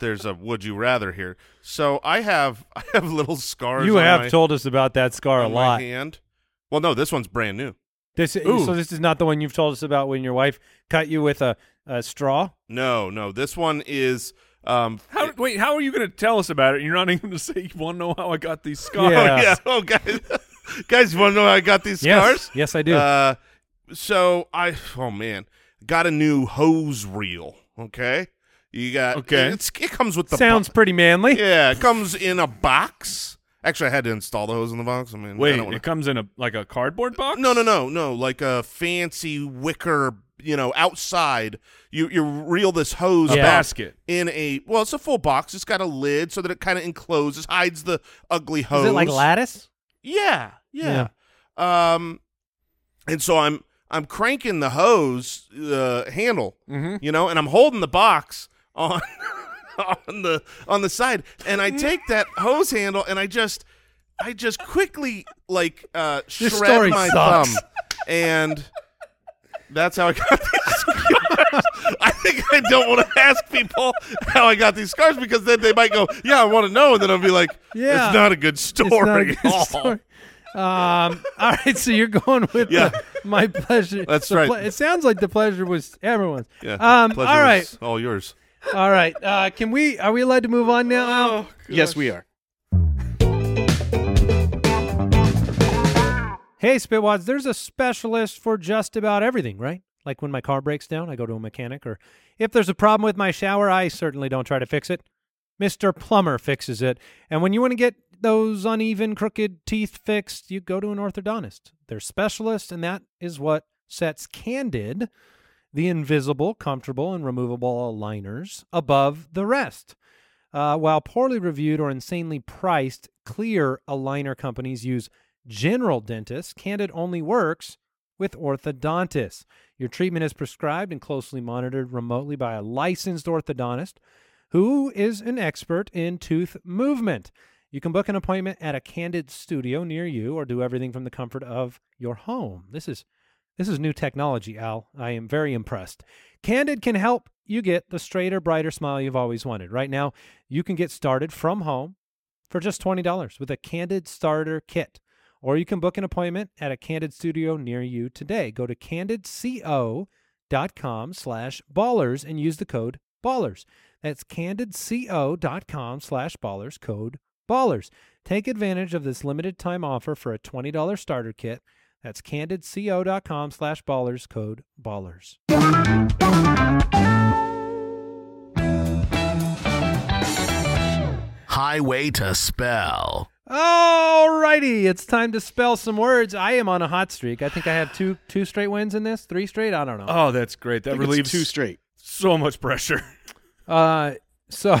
Speaker 3: There's a would you rather here. So I have I have little scars.
Speaker 5: You
Speaker 3: on
Speaker 5: have
Speaker 3: my,
Speaker 5: told us about that scar a
Speaker 3: on my
Speaker 5: lot.
Speaker 3: hand. Well, no, this one's brand new.
Speaker 5: This so this is not the one you've told us about when your wife cut you with a, a straw.
Speaker 3: No, no, this one is. Um,
Speaker 2: How, wait, how are you going to tell us about it? You're not even going to say you want to know how I got these scars.
Speaker 5: Yeah.
Speaker 3: yeah. Oh, guys, guys, you want to know how I got these scars?
Speaker 5: Yes, yes, I do.
Speaker 3: Uh, so I, oh man, got a new hose reel. Okay, you got
Speaker 2: Okay.
Speaker 3: It's, it comes with the
Speaker 5: Sounds
Speaker 3: bo-
Speaker 5: pretty manly.
Speaker 3: yeah, it comes in a box. Actually, I had to install the hose in the box. I mean, I
Speaker 2: Wait,
Speaker 3: don't wanna-
Speaker 2: it comes in a like a cardboard box?
Speaker 3: no, no, no, no, like a fancy wicker. You know, outside, you you reel this hose
Speaker 2: A
Speaker 5: Yeah.
Speaker 3: back
Speaker 2: basket.
Speaker 3: in a well, it's a full box. It's got a lid so that it kind of encloses, hides the ugly hose.
Speaker 5: Is it like lattice?
Speaker 3: Yeah, yeah. Um, and so I'm I'm cranking the hose uh, handle,
Speaker 5: Mm-hmm.
Speaker 3: you know, and I'm holding the box on on the on the side, and I take that hose handle and I just I just quickly like uh, shred
Speaker 5: story
Speaker 3: my
Speaker 5: sucks.
Speaker 3: thumb, and that's how I got. these scars. I think I don't want to ask people how I got these scars because then they might go, "Yeah, I want to know," and then I'll be like,
Speaker 5: Yeah.
Speaker 3: "It's not a good story."
Speaker 5: It's not a good
Speaker 3: at all.
Speaker 5: story. Um, all right, so you're going with
Speaker 3: Yeah.
Speaker 5: the- my pleasure.
Speaker 3: That's
Speaker 5: the
Speaker 3: right.
Speaker 5: it sounds like the pleasure was everyone's.
Speaker 3: Yeah.
Speaker 5: Um,
Speaker 3: pleasure
Speaker 5: all right.
Speaker 3: was all yours.
Speaker 5: All right. Uh, can we? Are we allowed to move on now? Al?
Speaker 6: Yes, we are.
Speaker 5: Hey, Spitwads. There's a specialist for just about everything, right? Like when my car breaks down, I go to a mechanic. Or if there's a problem with my shower, I certainly don't try to fix it. Mr. Plumber fixes it. And when you want to get those uneven, crooked teeth fixed, you go to an orthodontist. They're specialists, and that is what sets Candid, the invisible, comfortable, and removable aligners, above the rest. Uh, while poorly reviewed or insanely priced, clear aligner companies use general dentists. Candid only works with orthodontists. Your treatment is prescribed and closely monitored remotely by a licensed orthodontist who is an expert in tooth movement. You can book an appointment at a candid studio near you or do everything from the comfort of your home. This is this is new technology, Al. I am very impressed. Candid can help you get the straighter, brighter smile you've always wanted. Right now, you can get started from home for just $20 with a Candid starter kit. Or you can book an appointment at a Candid studio near you today. Go to candidco.com slash ballers and use the code ballers. That's candidco.com slash ballers, code ballers. Take advantage of this limited time offer for a $20 starter kit. That's candidco.com slash ballers, code ballers.
Speaker 4: Highway to Spell.
Speaker 5: Alrighty, it's time to spell some words. I am on a hot streak. I think I have two two straight wins in this, three straight. I don't know.
Speaker 2: Oh, that's great. That
Speaker 6: I think it's
Speaker 2: relieves
Speaker 6: two straight.
Speaker 2: so much pressure.
Speaker 5: Uh, so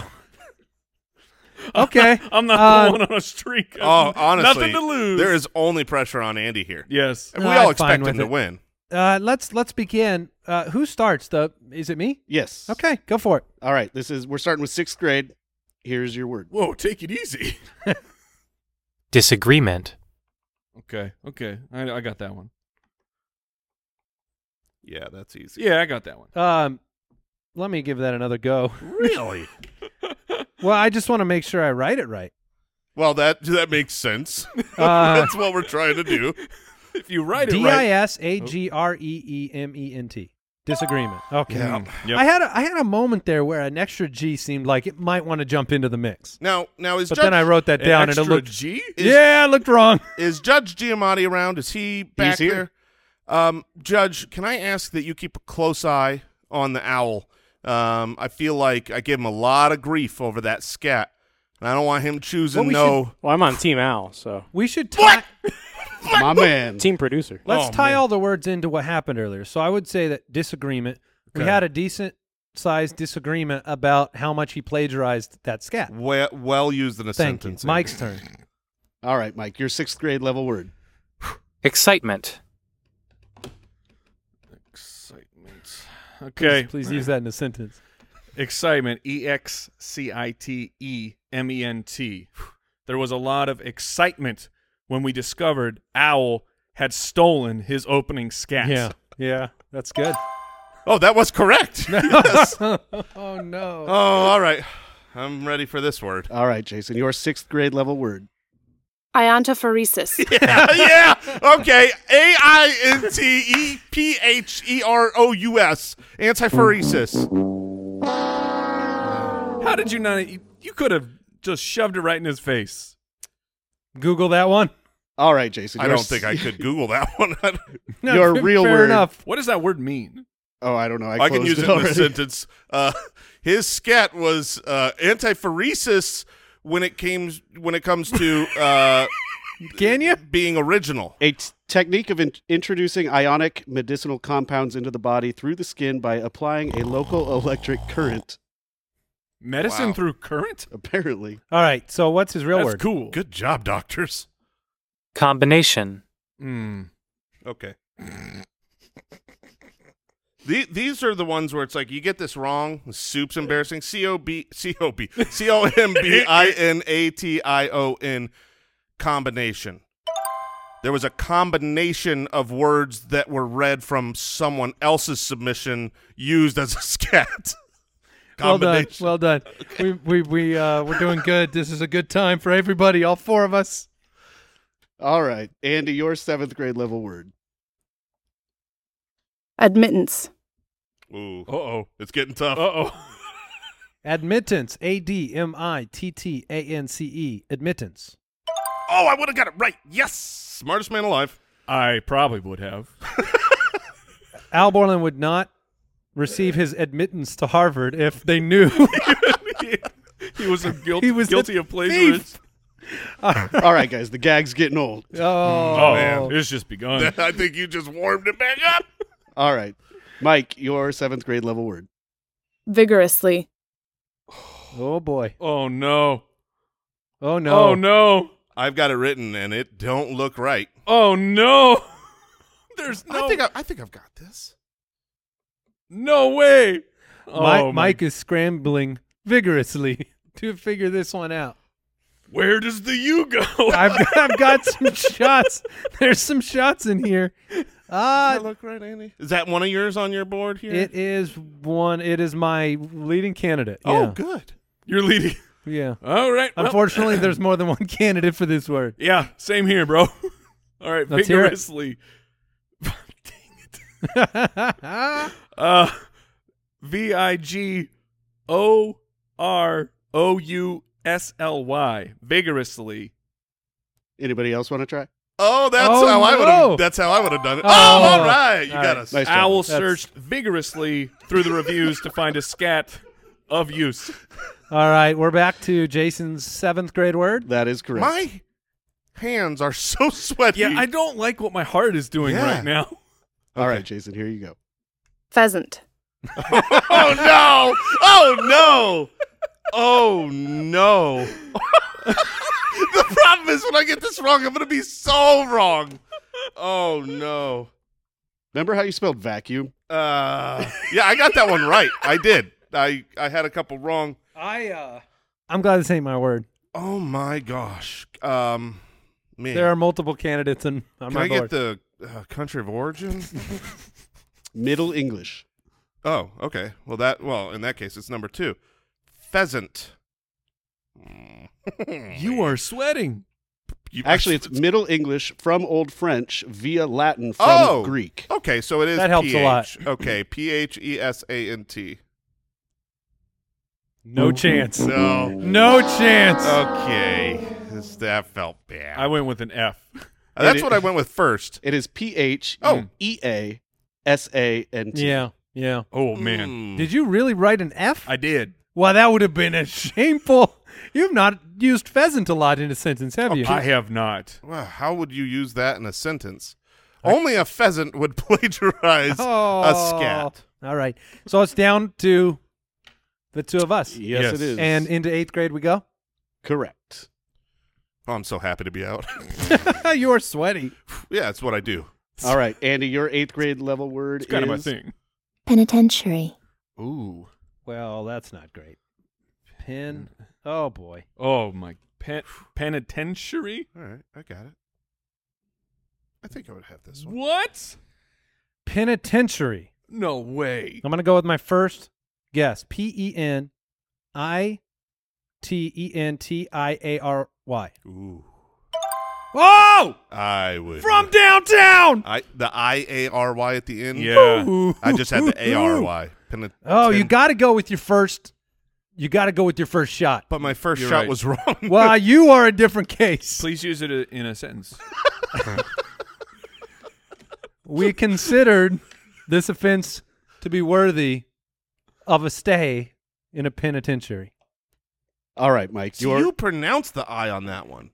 Speaker 5: okay,
Speaker 2: I'm not
Speaker 5: Uh,
Speaker 2: going on a streak.
Speaker 3: Oh, honestly,
Speaker 2: nothing to lose.
Speaker 3: there is only pressure on Andy here.
Speaker 2: yes.
Speaker 3: And
Speaker 5: No,
Speaker 3: we all
Speaker 5: I'm fine
Speaker 3: expect
Speaker 5: with
Speaker 3: him to
Speaker 5: it.
Speaker 3: win.
Speaker 5: uh, let's let's begin. Uh, who starts? The is it me?
Speaker 6: Yes.
Speaker 5: Okay, go for it.
Speaker 6: All right. This is we're starting with sixth grade. Here's your word.
Speaker 2: Whoa, take it easy.
Speaker 7: disagreement,
Speaker 2: Okay, okay, I, I got that one.
Speaker 3: Yeah, that's easy.
Speaker 2: Yeah, I got that one.
Speaker 5: Um, let me give that another go.
Speaker 3: Really?
Speaker 5: Well, I just want to make sure I write it right.
Speaker 3: well, that that makes sense.
Speaker 5: Uh,
Speaker 3: that's what we're trying to do.
Speaker 2: If you write it
Speaker 5: D
Speaker 2: right,
Speaker 5: i s a g r e e m e n t. Disagreement. Okay.
Speaker 2: Yep.
Speaker 5: I had a, I had a moment there where an extra G seemed like it might want to jump into the mix,
Speaker 3: Now, now is
Speaker 5: but
Speaker 3: Judge
Speaker 5: then I wrote that
Speaker 2: an
Speaker 5: down and it
Speaker 2: extra
Speaker 5: looked
Speaker 2: G.
Speaker 3: is,
Speaker 5: yeah, it looked wrong.
Speaker 3: is Judge Giamatti around? Is he back
Speaker 6: here.
Speaker 3: there? Um, Judge, can I ask that you keep a close eye on the owl? Um, I feel like I gave him a lot of grief over that scat, and I don't want him choosing
Speaker 5: Well, we
Speaker 3: no.
Speaker 8: Well, I'm on Team Al, so
Speaker 5: We should tie,
Speaker 6: My man.
Speaker 8: team producer.
Speaker 5: let's
Speaker 3: Oh,
Speaker 5: tie
Speaker 3: man.
Speaker 5: all the words into what happened earlier. So I would say that disagreement. We
Speaker 2: Okay.
Speaker 5: had a decent sized disagreement about how much he plagiarized that scat.
Speaker 3: Well, well used in a
Speaker 5: Thank you.
Speaker 3: sentence. Andy.
Speaker 5: Mike's turn.
Speaker 6: All right, Mike. Your sixth grade level word.
Speaker 7: excitement,
Speaker 2: Excitement. Okay,
Speaker 5: Please use that in a sentence.
Speaker 2: Excitement. E X C I T E M E N T. There was a lot of excitement when we discovered Owl had stolen his opening scat.
Speaker 5: Yeah. Yeah. That's good.
Speaker 3: Oh, that was correct. yes. Oh,
Speaker 5: Oh no.
Speaker 3: all right. I'm ready for this word.
Speaker 6: All right, Jason. Your sixth grade level word.
Speaker 9: Iontophoresis.
Speaker 3: yeah. Okay. A I N T E P H E R O U S. Antiphoresis.
Speaker 2: How did you not? You, you could have just shoved it right in his face.
Speaker 5: Google that one.
Speaker 6: All right, Jason.
Speaker 3: I
Speaker 6: your
Speaker 3: don't
Speaker 6: s-
Speaker 3: think I could Google that one. I,
Speaker 6: Your real
Speaker 5: fair
Speaker 6: word.
Speaker 5: enough.
Speaker 2: What does that word mean?
Speaker 6: Oh, I don't know. I,
Speaker 3: can
Speaker 6: closed
Speaker 3: use it in
Speaker 6: already.
Speaker 3: a sentence. Uh, his scat was uh, antiphoresis when it came when it comes to uh,
Speaker 5: Can you?
Speaker 3: being original.
Speaker 6: A t- technique of in- introducing ionic medicinal compounds into the body through the skin by applying a local electric current.
Speaker 2: Medicine
Speaker 3: Wow.
Speaker 2: through current?
Speaker 6: Apparently,
Speaker 5: All right. So what's his real
Speaker 2: That's
Speaker 5: word?
Speaker 2: cool.
Speaker 3: Good job, doctors.
Speaker 7: combination,
Speaker 2: Mm.
Speaker 3: Okay. The, these are the ones where it's like you get this wrong. Soup's embarrassing. C O B C O B C O M B I N A T I O N combination. There was a combination of words that were read from someone else's submission used as a scat.
Speaker 5: Well done.
Speaker 3: combination.
Speaker 5: Well done. We we we uh we're doing good. This is a good time for everybody. All four of us.
Speaker 6: all right, Andy, your seventh grade level word.
Speaker 9: Admittance.
Speaker 3: Ooh,
Speaker 2: Uh oh.
Speaker 3: it's getting tough.
Speaker 2: Uh oh.
Speaker 5: Admittance. A D M I T T A N C E. Admittance.
Speaker 3: Oh, I would have got it right. Yes, smartest man alive.
Speaker 2: I probably would have.
Speaker 5: Al Borland would not receive his admittance to Harvard if they knew.
Speaker 2: he was a guilt,
Speaker 5: He was a
Speaker 2: guilty of plagiarism.
Speaker 5: thief.
Speaker 6: All right, guys, the gag's getting old.
Speaker 5: oh,
Speaker 2: Oh, man, it's just begun.
Speaker 3: I think you just warmed it back up.
Speaker 6: All right, Mike, your seventh grade level word.
Speaker 9: vigorously,
Speaker 5: oh boy,
Speaker 2: oh no!
Speaker 5: oh no,
Speaker 2: Oh no!
Speaker 3: I've got it written, and it don't look right.
Speaker 2: Oh no! There's no
Speaker 3: I think I, I think I've got this.
Speaker 2: no way.
Speaker 5: Mi-
Speaker 2: oh, my-
Speaker 5: Mike is scrambling vigorously to figure this one out.
Speaker 2: Where does the U go?
Speaker 5: I've got, I've got some shots. There's some shots in here.
Speaker 3: I
Speaker 5: Ah,
Speaker 3: look right, Andy. Is that one of yours on your board here?
Speaker 5: it is one. It is my leading candidate.
Speaker 3: oh,
Speaker 5: yeah.
Speaker 3: good.
Speaker 2: You're leading.
Speaker 5: yeah.
Speaker 2: All right. well-
Speaker 5: Unfortunately, there's more than one candidate for this word.
Speaker 2: yeah, same here, bro. All right,
Speaker 5: Let's hear it.
Speaker 2: vigorously. Dang it. Uh, v i g o r o u s l y. Vigorously.
Speaker 6: Anybody else want to try?
Speaker 3: Oh, that's
Speaker 5: Oh,
Speaker 3: how I would
Speaker 5: no.
Speaker 3: have. That's how I would have done it. Oh,
Speaker 5: Oh.
Speaker 3: all right. You
Speaker 5: All
Speaker 3: got
Speaker 5: right.
Speaker 3: us.
Speaker 6: Nice. job.
Speaker 2: Owl
Speaker 5: That's-
Speaker 2: searched vigorously through the reviews to find a scat of use.
Speaker 5: All right, we're back to Jason's seventh grade word.
Speaker 6: That is correct.
Speaker 3: My hands are so sweaty.
Speaker 2: Yeah, I don't like what my heart is doing
Speaker 3: Yeah.
Speaker 2: right now.
Speaker 6: All right, Jason, here you go.
Speaker 9: pheasant,
Speaker 3: oh no! Oh no! Oh no! the problem is when I get this wrong, I'm gonna be so wrong. Oh no!
Speaker 6: Remember how you spelled vacuum?
Speaker 3: Uh, yeah, I got that one right. I did. I I had a couple wrong.
Speaker 5: I uh I'm glad this ain't my word.
Speaker 3: Oh my gosh. Um, man,
Speaker 5: There are multiple candidates and on
Speaker 3: can
Speaker 5: my
Speaker 3: I
Speaker 5: board.
Speaker 3: get the uh, country of origin?
Speaker 6: Middle English.
Speaker 3: oh, okay. Well, that well in that case, it's number two, pheasant. Hmm.
Speaker 2: You are sweating.
Speaker 3: You-
Speaker 6: Actually, it's Middle English from Old French via Latin from
Speaker 3: Oh.
Speaker 6: Greek.
Speaker 3: Okay, so it is
Speaker 5: That helps a lot.
Speaker 3: PH. Okay, P H E S A N T.
Speaker 5: no chance.
Speaker 3: No.
Speaker 5: No chance.
Speaker 3: Uh, Okay, this, that felt bad.
Speaker 2: I went with an F.
Speaker 3: Uh, That's what I went with first.
Speaker 6: It is P H
Speaker 3: Oh.
Speaker 6: E A S A N T.
Speaker 5: yeah. Yeah.
Speaker 2: Oh, man.
Speaker 3: Mm. Hmm.
Speaker 5: Did you really write an F?
Speaker 2: I did.
Speaker 5: well, that would have been a shameful. You've not used pheasant a lot in a sentence, have you?
Speaker 2: Oh, I have not.
Speaker 3: Well, how would you use that in a sentence? Only a pheasant would plagiarize a
Speaker 5: Oh.
Speaker 3: scat.
Speaker 5: All right. So it's down to the two of us.
Speaker 6: Yes,
Speaker 2: Yes.
Speaker 6: it is.
Speaker 5: And into 8th grade we go.
Speaker 6: correct.
Speaker 3: Oh, I'm so happy to be out.
Speaker 5: you are sweaty.
Speaker 3: yeah, it's what I do.
Speaker 6: All right, Andy, your eighth grade level word
Speaker 2: It's kind
Speaker 6: is
Speaker 2: of my thing.
Speaker 8: penitentiary,
Speaker 3: Ooh.
Speaker 5: Well, that's not great. Pin. Oh boy.
Speaker 2: Oh, my pen- penitentiary?
Speaker 3: All right, I got it. I think I would have this one.
Speaker 2: What?
Speaker 5: Penitentiary.
Speaker 2: No way.
Speaker 5: I'm going to go with my first guess. P E N I T E N T I A R Y.
Speaker 3: Ooh.
Speaker 2: Oh!
Speaker 3: I would.
Speaker 2: From downtown!
Speaker 3: I the I A R Y at the end.
Speaker 2: Yeah.
Speaker 3: I just had the A R Y. Penit-
Speaker 5: Oh, you
Speaker 3: ten-
Speaker 5: got to go with your first you got to go with your first shot.
Speaker 3: But my 1st
Speaker 2: You're
Speaker 3: shot
Speaker 2: right.
Speaker 3: was wrong.
Speaker 5: Well, you are a different case.
Speaker 2: Please use it i- in a sentence.
Speaker 5: We considered this offense to be worthy of a stay in a penitentiary.
Speaker 6: All right, Mike,
Speaker 3: So
Speaker 6: your
Speaker 3: you pronounced the I on that one.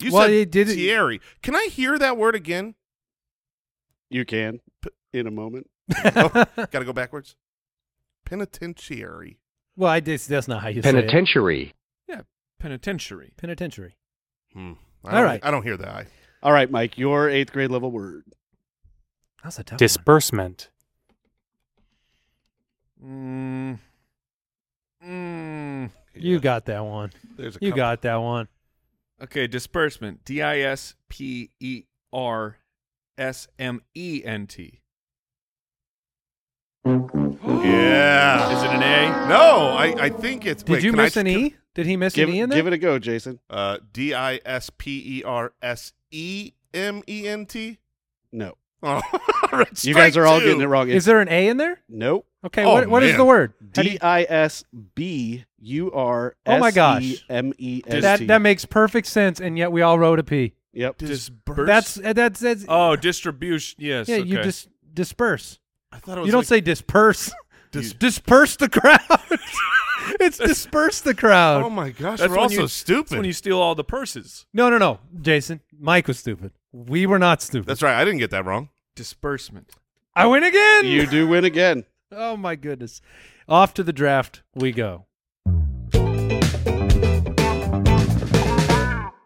Speaker 3: You
Speaker 5: Well,
Speaker 3: said
Speaker 5: it did-
Speaker 3: Thierry. Can I hear that word again?
Speaker 6: you can in a moment.
Speaker 3: oh, gotta go backwards. Penitentiary.
Speaker 5: Well, I just, that's not how you say
Speaker 10: penitentiary,
Speaker 2: Yeah, penitentiary.
Speaker 5: it. Penitentiary.
Speaker 3: Hmm. I
Speaker 5: All
Speaker 3: don't-
Speaker 5: right.
Speaker 3: I don't hear the I.
Speaker 6: All right, Mike, your eighth grade level word.
Speaker 5: That's a tough one.
Speaker 7: disbursement,
Speaker 2: Mm. Mm.
Speaker 5: You got that one.
Speaker 3: There's a
Speaker 5: You
Speaker 3: couple.
Speaker 5: got that one.
Speaker 2: Okay, disbursement. D I S P E R S M E N T.
Speaker 3: Yeah.
Speaker 2: Is it an A?
Speaker 3: No, I, I think it's.
Speaker 5: Did
Speaker 3: wait,
Speaker 5: you
Speaker 3: can I
Speaker 5: miss an
Speaker 3: just-
Speaker 5: E? Did he miss
Speaker 6: Give,
Speaker 5: an E in there?
Speaker 6: give it a go, Jason.
Speaker 3: Uh, D I S P E R S E M E N T.
Speaker 6: No.
Speaker 3: Oh,
Speaker 6: You guys are all getting it wrong.
Speaker 5: Is there an A in there?
Speaker 6: Nope.
Speaker 5: Okay,
Speaker 3: Oh,
Speaker 5: what, what is
Speaker 3: man.
Speaker 5: the word? How do
Speaker 6: D
Speaker 5: you-
Speaker 6: I S B U R
Speaker 5: Oh my
Speaker 6: S
Speaker 5: gosh.
Speaker 6: E M E S T.
Speaker 5: that that makes perfect sense, and yet we all wrote a P.
Speaker 6: Yep.
Speaker 2: Disburse.
Speaker 5: That's that's that's
Speaker 2: Oh, distribution. Yes.
Speaker 5: yeah.
Speaker 2: okay.
Speaker 5: You just disperse.
Speaker 3: I thought it was
Speaker 5: You don't
Speaker 3: like-
Speaker 5: say disperse.
Speaker 3: Dis-
Speaker 5: disperse the crowd. it's disperse the crowd.
Speaker 3: Oh my gosh,
Speaker 2: That's
Speaker 3: we're all
Speaker 2: when
Speaker 3: so
Speaker 2: you-
Speaker 3: stupid.
Speaker 2: That's when you steal all the purses.
Speaker 5: No, no, no, Jason. Mike was stupid. We were not stupid.
Speaker 3: That's right. I didn't get that wrong.
Speaker 2: Disbursement.
Speaker 5: I win again.
Speaker 6: You do win again.
Speaker 5: oh my goodness. Off to the draft we go.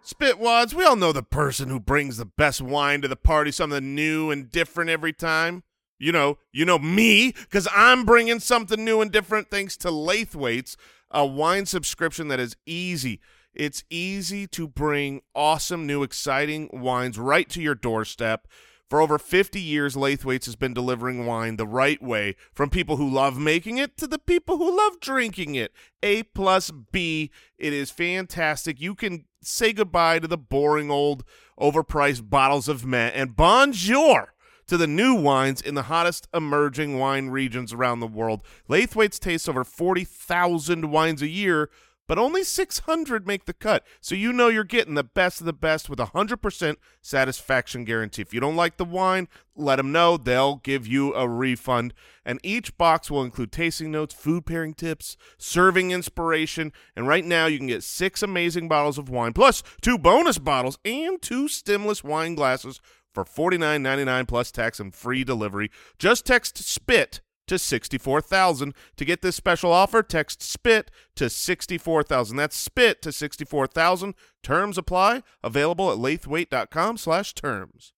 Speaker 3: Spitwads, we all know the person who brings the best wine to the party, something new and different every time. You know, you know me, because I'm bringing something new and different thanks to Lathwaite's, a wine subscription that is easy. It's easy to bring awesome, new, exciting wines right to your doorstep. For over 50 years, Lathwaite's has been delivering wine the right way from people who love making it to the people who love drinking it. A plus B. It is fantastic. You can say goodbye to the boring old overpriced bottles of Met and bonjour to the new wines in the hottest emerging wine regions around the world. Lathwaite's tastes over 40,000 wines a year, but only 600 make the cut. So you know you're getting the best of the best with a 100% satisfaction guarantee. If you don't like the wine, let them know. They'll give you a refund. And each box will include tasting notes, food pairing tips, serving inspiration. And right now you can get six amazing bottles of wine, plus two bonus bottles and two stemless wine glasses for $49.99 plus tax and free delivery. Just text SPIT to 64,000 to get this special offer. Text SPIT to 64,000. That's SPIT to 64,000. Terms apply. Available at lathwaite.com slash terms.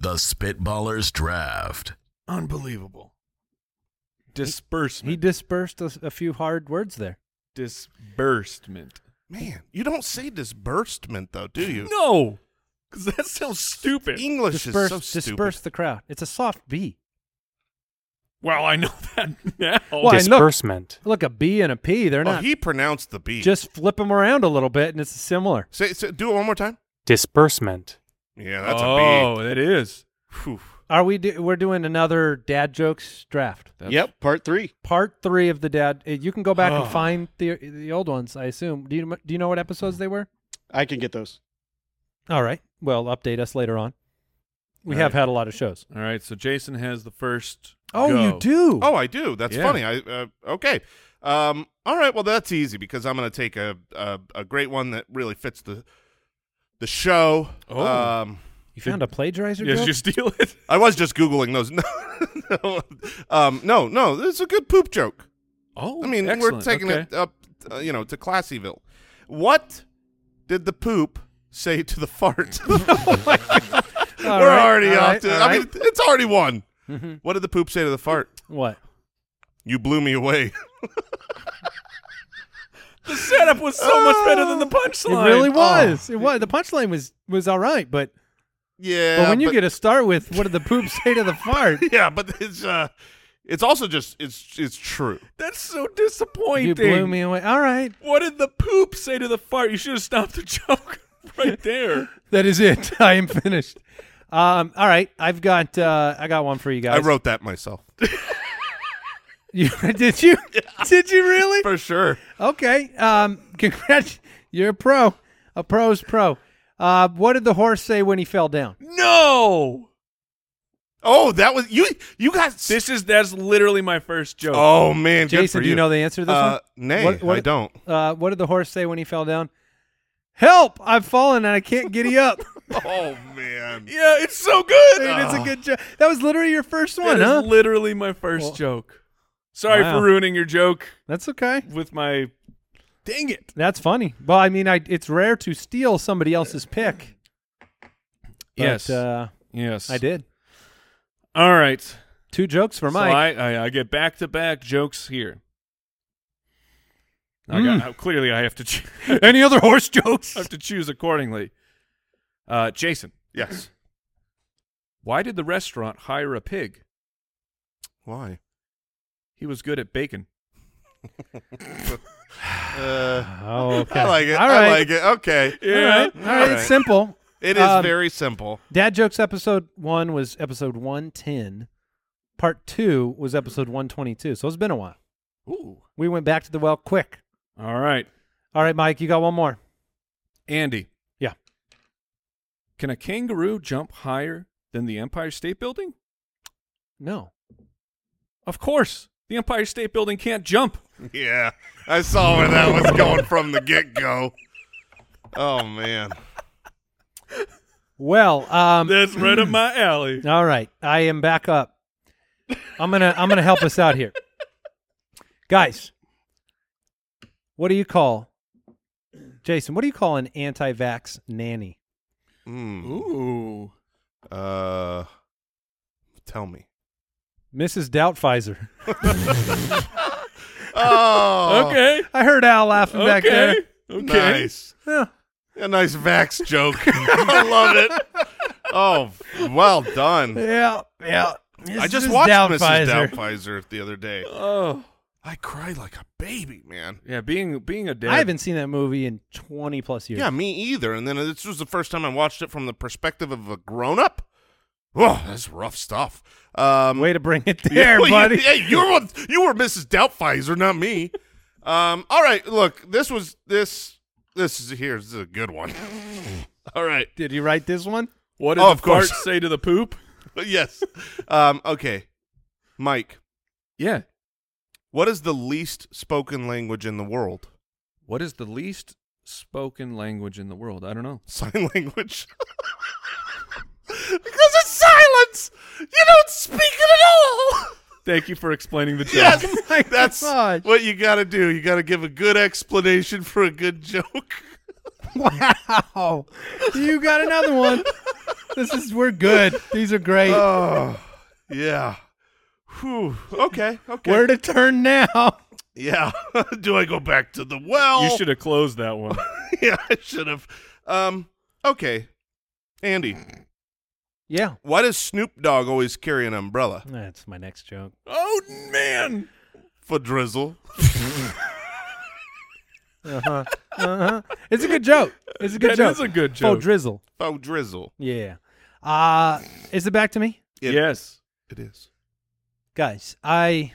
Speaker 4: The Spitballers Draft.
Speaker 2: Unbelievable. Disbursement.
Speaker 5: He dispersed a, a few hard words there.
Speaker 2: Disbursement.
Speaker 3: Man, you don't say disbursement though, do you?
Speaker 2: No, because that sounds stupid.
Speaker 3: English
Speaker 5: Disperse,
Speaker 3: is so stupid.
Speaker 5: disperse the crowd. It's a soft B.
Speaker 2: Well, I know that now.
Speaker 5: Well, I know-
Speaker 7: Disbursement.
Speaker 5: Look, a B and a P. They're
Speaker 3: Oh,
Speaker 5: not.
Speaker 3: he pronounced the B.
Speaker 5: Just flip them around a little bit, and it's similar.
Speaker 3: say, say- do it one more time.
Speaker 7: Disbursement.
Speaker 3: Yeah, that's a
Speaker 2: oh,
Speaker 3: B.
Speaker 2: that is.
Speaker 3: Phew.
Speaker 5: Are we? Do, we're doing another dad jokes draft.
Speaker 2: That's-
Speaker 6: Yep, part three.
Speaker 5: Part three of the dad. eh, You can go back
Speaker 2: Oh.
Speaker 5: and find the the old ones. I assume. Do you do you know what episodes they were?
Speaker 6: I can get those.
Speaker 5: All right. Well, update us later on. We
Speaker 2: All
Speaker 5: have
Speaker 2: right.
Speaker 5: had a lot of shows.
Speaker 2: All right, so Jason has the first.
Speaker 5: Oh,
Speaker 2: go.
Speaker 5: you do.
Speaker 3: Oh, I do. That's
Speaker 2: Yeah.
Speaker 3: funny. I uh, okay. Um, all right. Well, that's easy because I'm going to take a, a a great one that really fits the the show.
Speaker 2: Oh.
Speaker 3: Um,
Speaker 5: you found a plagiarizer
Speaker 2: Yes,
Speaker 5: joke?
Speaker 2: you steal it.
Speaker 3: I was just googling those. No, no, um, no, no. This is a good poop joke.
Speaker 2: Oh,
Speaker 3: I mean, we're
Speaker 2: excellent.
Speaker 3: taking
Speaker 2: Okay.
Speaker 3: it up, uh, you know, to Classyville. What did the poop say to the fart?
Speaker 5: All
Speaker 3: we're
Speaker 5: right,
Speaker 3: already
Speaker 5: all
Speaker 3: off
Speaker 5: right,
Speaker 3: to.
Speaker 5: all
Speaker 3: I
Speaker 5: right.
Speaker 3: mean, it's already one.
Speaker 5: Mhm.
Speaker 3: What did the poop say to the fart?
Speaker 5: what?
Speaker 3: You blew me away.
Speaker 2: The setup was so much better than the punchline.
Speaker 5: It really Oh. was. It was. The punchline was was all right, but
Speaker 3: yeah.
Speaker 5: but when you
Speaker 3: but-
Speaker 5: get a start with what did the poop say to the fart?
Speaker 3: yeah, but it's uh, it's also just it's it's true.
Speaker 2: That's so disappointing.
Speaker 5: you blew me away. All right,
Speaker 2: What did the poop say to the fart? You should have stopped the joke right there.
Speaker 5: that is it. I am finished. Um, all right, I've got uh, I got one for you guys.
Speaker 3: I wrote that myself
Speaker 5: You, did you? Did you really?
Speaker 3: for sure.
Speaker 5: Okay. Um, congrats. You're a pro. A pro's pro. Uh, what did the horse say when he fell down?
Speaker 2: no.
Speaker 3: Oh, that was you. You guys.
Speaker 2: This is that's literally my first joke.
Speaker 3: oh man, good
Speaker 5: Jason,
Speaker 3: for
Speaker 5: do you know the answer to this
Speaker 3: uh, Nay,
Speaker 5: What- what-
Speaker 3: I don't.
Speaker 5: one? Uh, what did the horse say when he fell down? Help! I've fallen and I can't giddy up.
Speaker 3: Oh man.
Speaker 2: Yeah, it's so good. Ah.
Speaker 5: Dude, it's a good joke. That was literally your first
Speaker 2: That
Speaker 5: one,
Speaker 2: is
Speaker 5: huh?
Speaker 2: literally my first
Speaker 5: Well-
Speaker 2: joke. Sorry
Speaker 5: Wow.
Speaker 2: for ruining your joke
Speaker 5: That's okay.
Speaker 2: with my. Dang it.
Speaker 5: That's funny. Well, I mean, I, it's rare to steal somebody else's pick. But,
Speaker 2: yes.
Speaker 5: uh,
Speaker 2: yes.
Speaker 5: I did
Speaker 2: All right.
Speaker 5: two jokes for
Speaker 2: So
Speaker 5: Mike.
Speaker 2: I, I, I get back to back jokes here. I
Speaker 5: Mm.
Speaker 2: got, clearly, I have to. Ch-
Speaker 5: Any other horse jokes?
Speaker 2: I have to choose accordingly. Uh, Jason,
Speaker 3: Yes.
Speaker 2: why did the restaurant hire a pig?
Speaker 3: Why?
Speaker 2: He was good at bacon.
Speaker 3: Uh,
Speaker 5: Oh, okay.
Speaker 3: I like it.
Speaker 5: All
Speaker 3: I
Speaker 5: right.
Speaker 3: like it. Okay.
Speaker 5: All right. All right.
Speaker 3: All right.
Speaker 5: It's simple.
Speaker 3: It is
Speaker 5: Um,
Speaker 3: very simple.
Speaker 5: Dad jokes episode one was episode one ten. Part two was episode one twenty two. So it's been a while.
Speaker 2: Ooh.
Speaker 5: We went back to the well quick.
Speaker 2: All right.
Speaker 5: All right, Mike, you got one more.
Speaker 2: Andy.
Speaker 5: Yeah.
Speaker 2: Can a kangaroo jump higher than the Empire State Building?
Speaker 5: No.
Speaker 2: Of course. The Empire State Building can't jump.
Speaker 3: Yeah, I saw where that was going from the get go. Oh man,
Speaker 5: Well, um,
Speaker 2: That's right up my alley.
Speaker 5: all right. I am back up. I'm gonna I'm gonna help us out here, guys. What do you call, Jason? What do you call an anti-vax nanny?
Speaker 3: mm.
Speaker 2: Ooh.
Speaker 3: uh, tell me.
Speaker 5: Mrs. Doubtfizer.
Speaker 3: Oh,
Speaker 2: Okay.
Speaker 5: I heard Al laughing back there.
Speaker 2: Okay. Okay.
Speaker 3: nice,
Speaker 5: Yeah.
Speaker 3: a nice vax joke. I love it. Oh, well done.
Speaker 5: Yeah, yeah.
Speaker 3: I just watched Mrs. Doubtfire the other day.
Speaker 2: Oh.
Speaker 3: I cried like a baby, man.
Speaker 2: Yeah, being being a dad.
Speaker 5: I haven't seen that movie in 20 plus years.
Speaker 3: Yeah, me either. And then this was the first time I watched it from the perspective of a grown up. Oh, that's rough stuff. Um,
Speaker 5: Way to bring it there,
Speaker 3: well, you-
Speaker 5: buddy.
Speaker 3: hey, you were you were Mrs. Doubtfire, not me. Um, all right, look, this was this this is here. This is a good one. all right,
Speaker 5: Did you write this one?
Speaker 2: What did
Speaker 3: Oh,
Speaker 2: the
Speaker 3: of course.
Speaker 2: fart say to the poop?
Speaker 3: yes. Um, okay, Mike,
Speaker 2: Yeah.
Speaker 3: what is the least spoken language in the world?
Speaker 2: What is the least spoken language in the world? I don't know.
Speaker 3: Sign language. because it's silence. You don't speak it at all.
Speaker 2: Thank you for explaining the joke.
Speaker 5: Oh
Speaker 3: Yes, that's
Speaker 5: God.
Speaker 3: what you got to do. You got to give a good explanation for a good joke.
Speaker 5: Wow. You got another one. This is, we're good. These are great.
Speaker 3: Oh, yeah. Whew. Okay. Okay.
Speaker 5: Where to turn now?
Speaker 3: yeah. do I go back to the well?
Speaker 2: You should have closed that one.
Speaker 3: yeah, I should have. Um. Okay. Andy,
Speaker 5: Yeah.
Speaker 3: why does Snoop Dogg always carry an umbrella?
Speaker 5: That's my next joke.
Speaker 2: oh man.
Speaker 3: For drizzle.
Speaker 5: Uh huh. Uh huh. It's a good joke. It's a good
Speaker 2: That
Speaker 5: joke.
Speaker 2: is a good
Speaker 5: Oh,
Speaker 2: joke.
Speaker 5: drizzle.
Speaker 3: Oh, drizzle.
Speaker 5: Yeah. Uh, is it back to me?
Speaker 3: It-
Speaker 2: yes.
Speaker 3: It is.
Speaker 5: guys i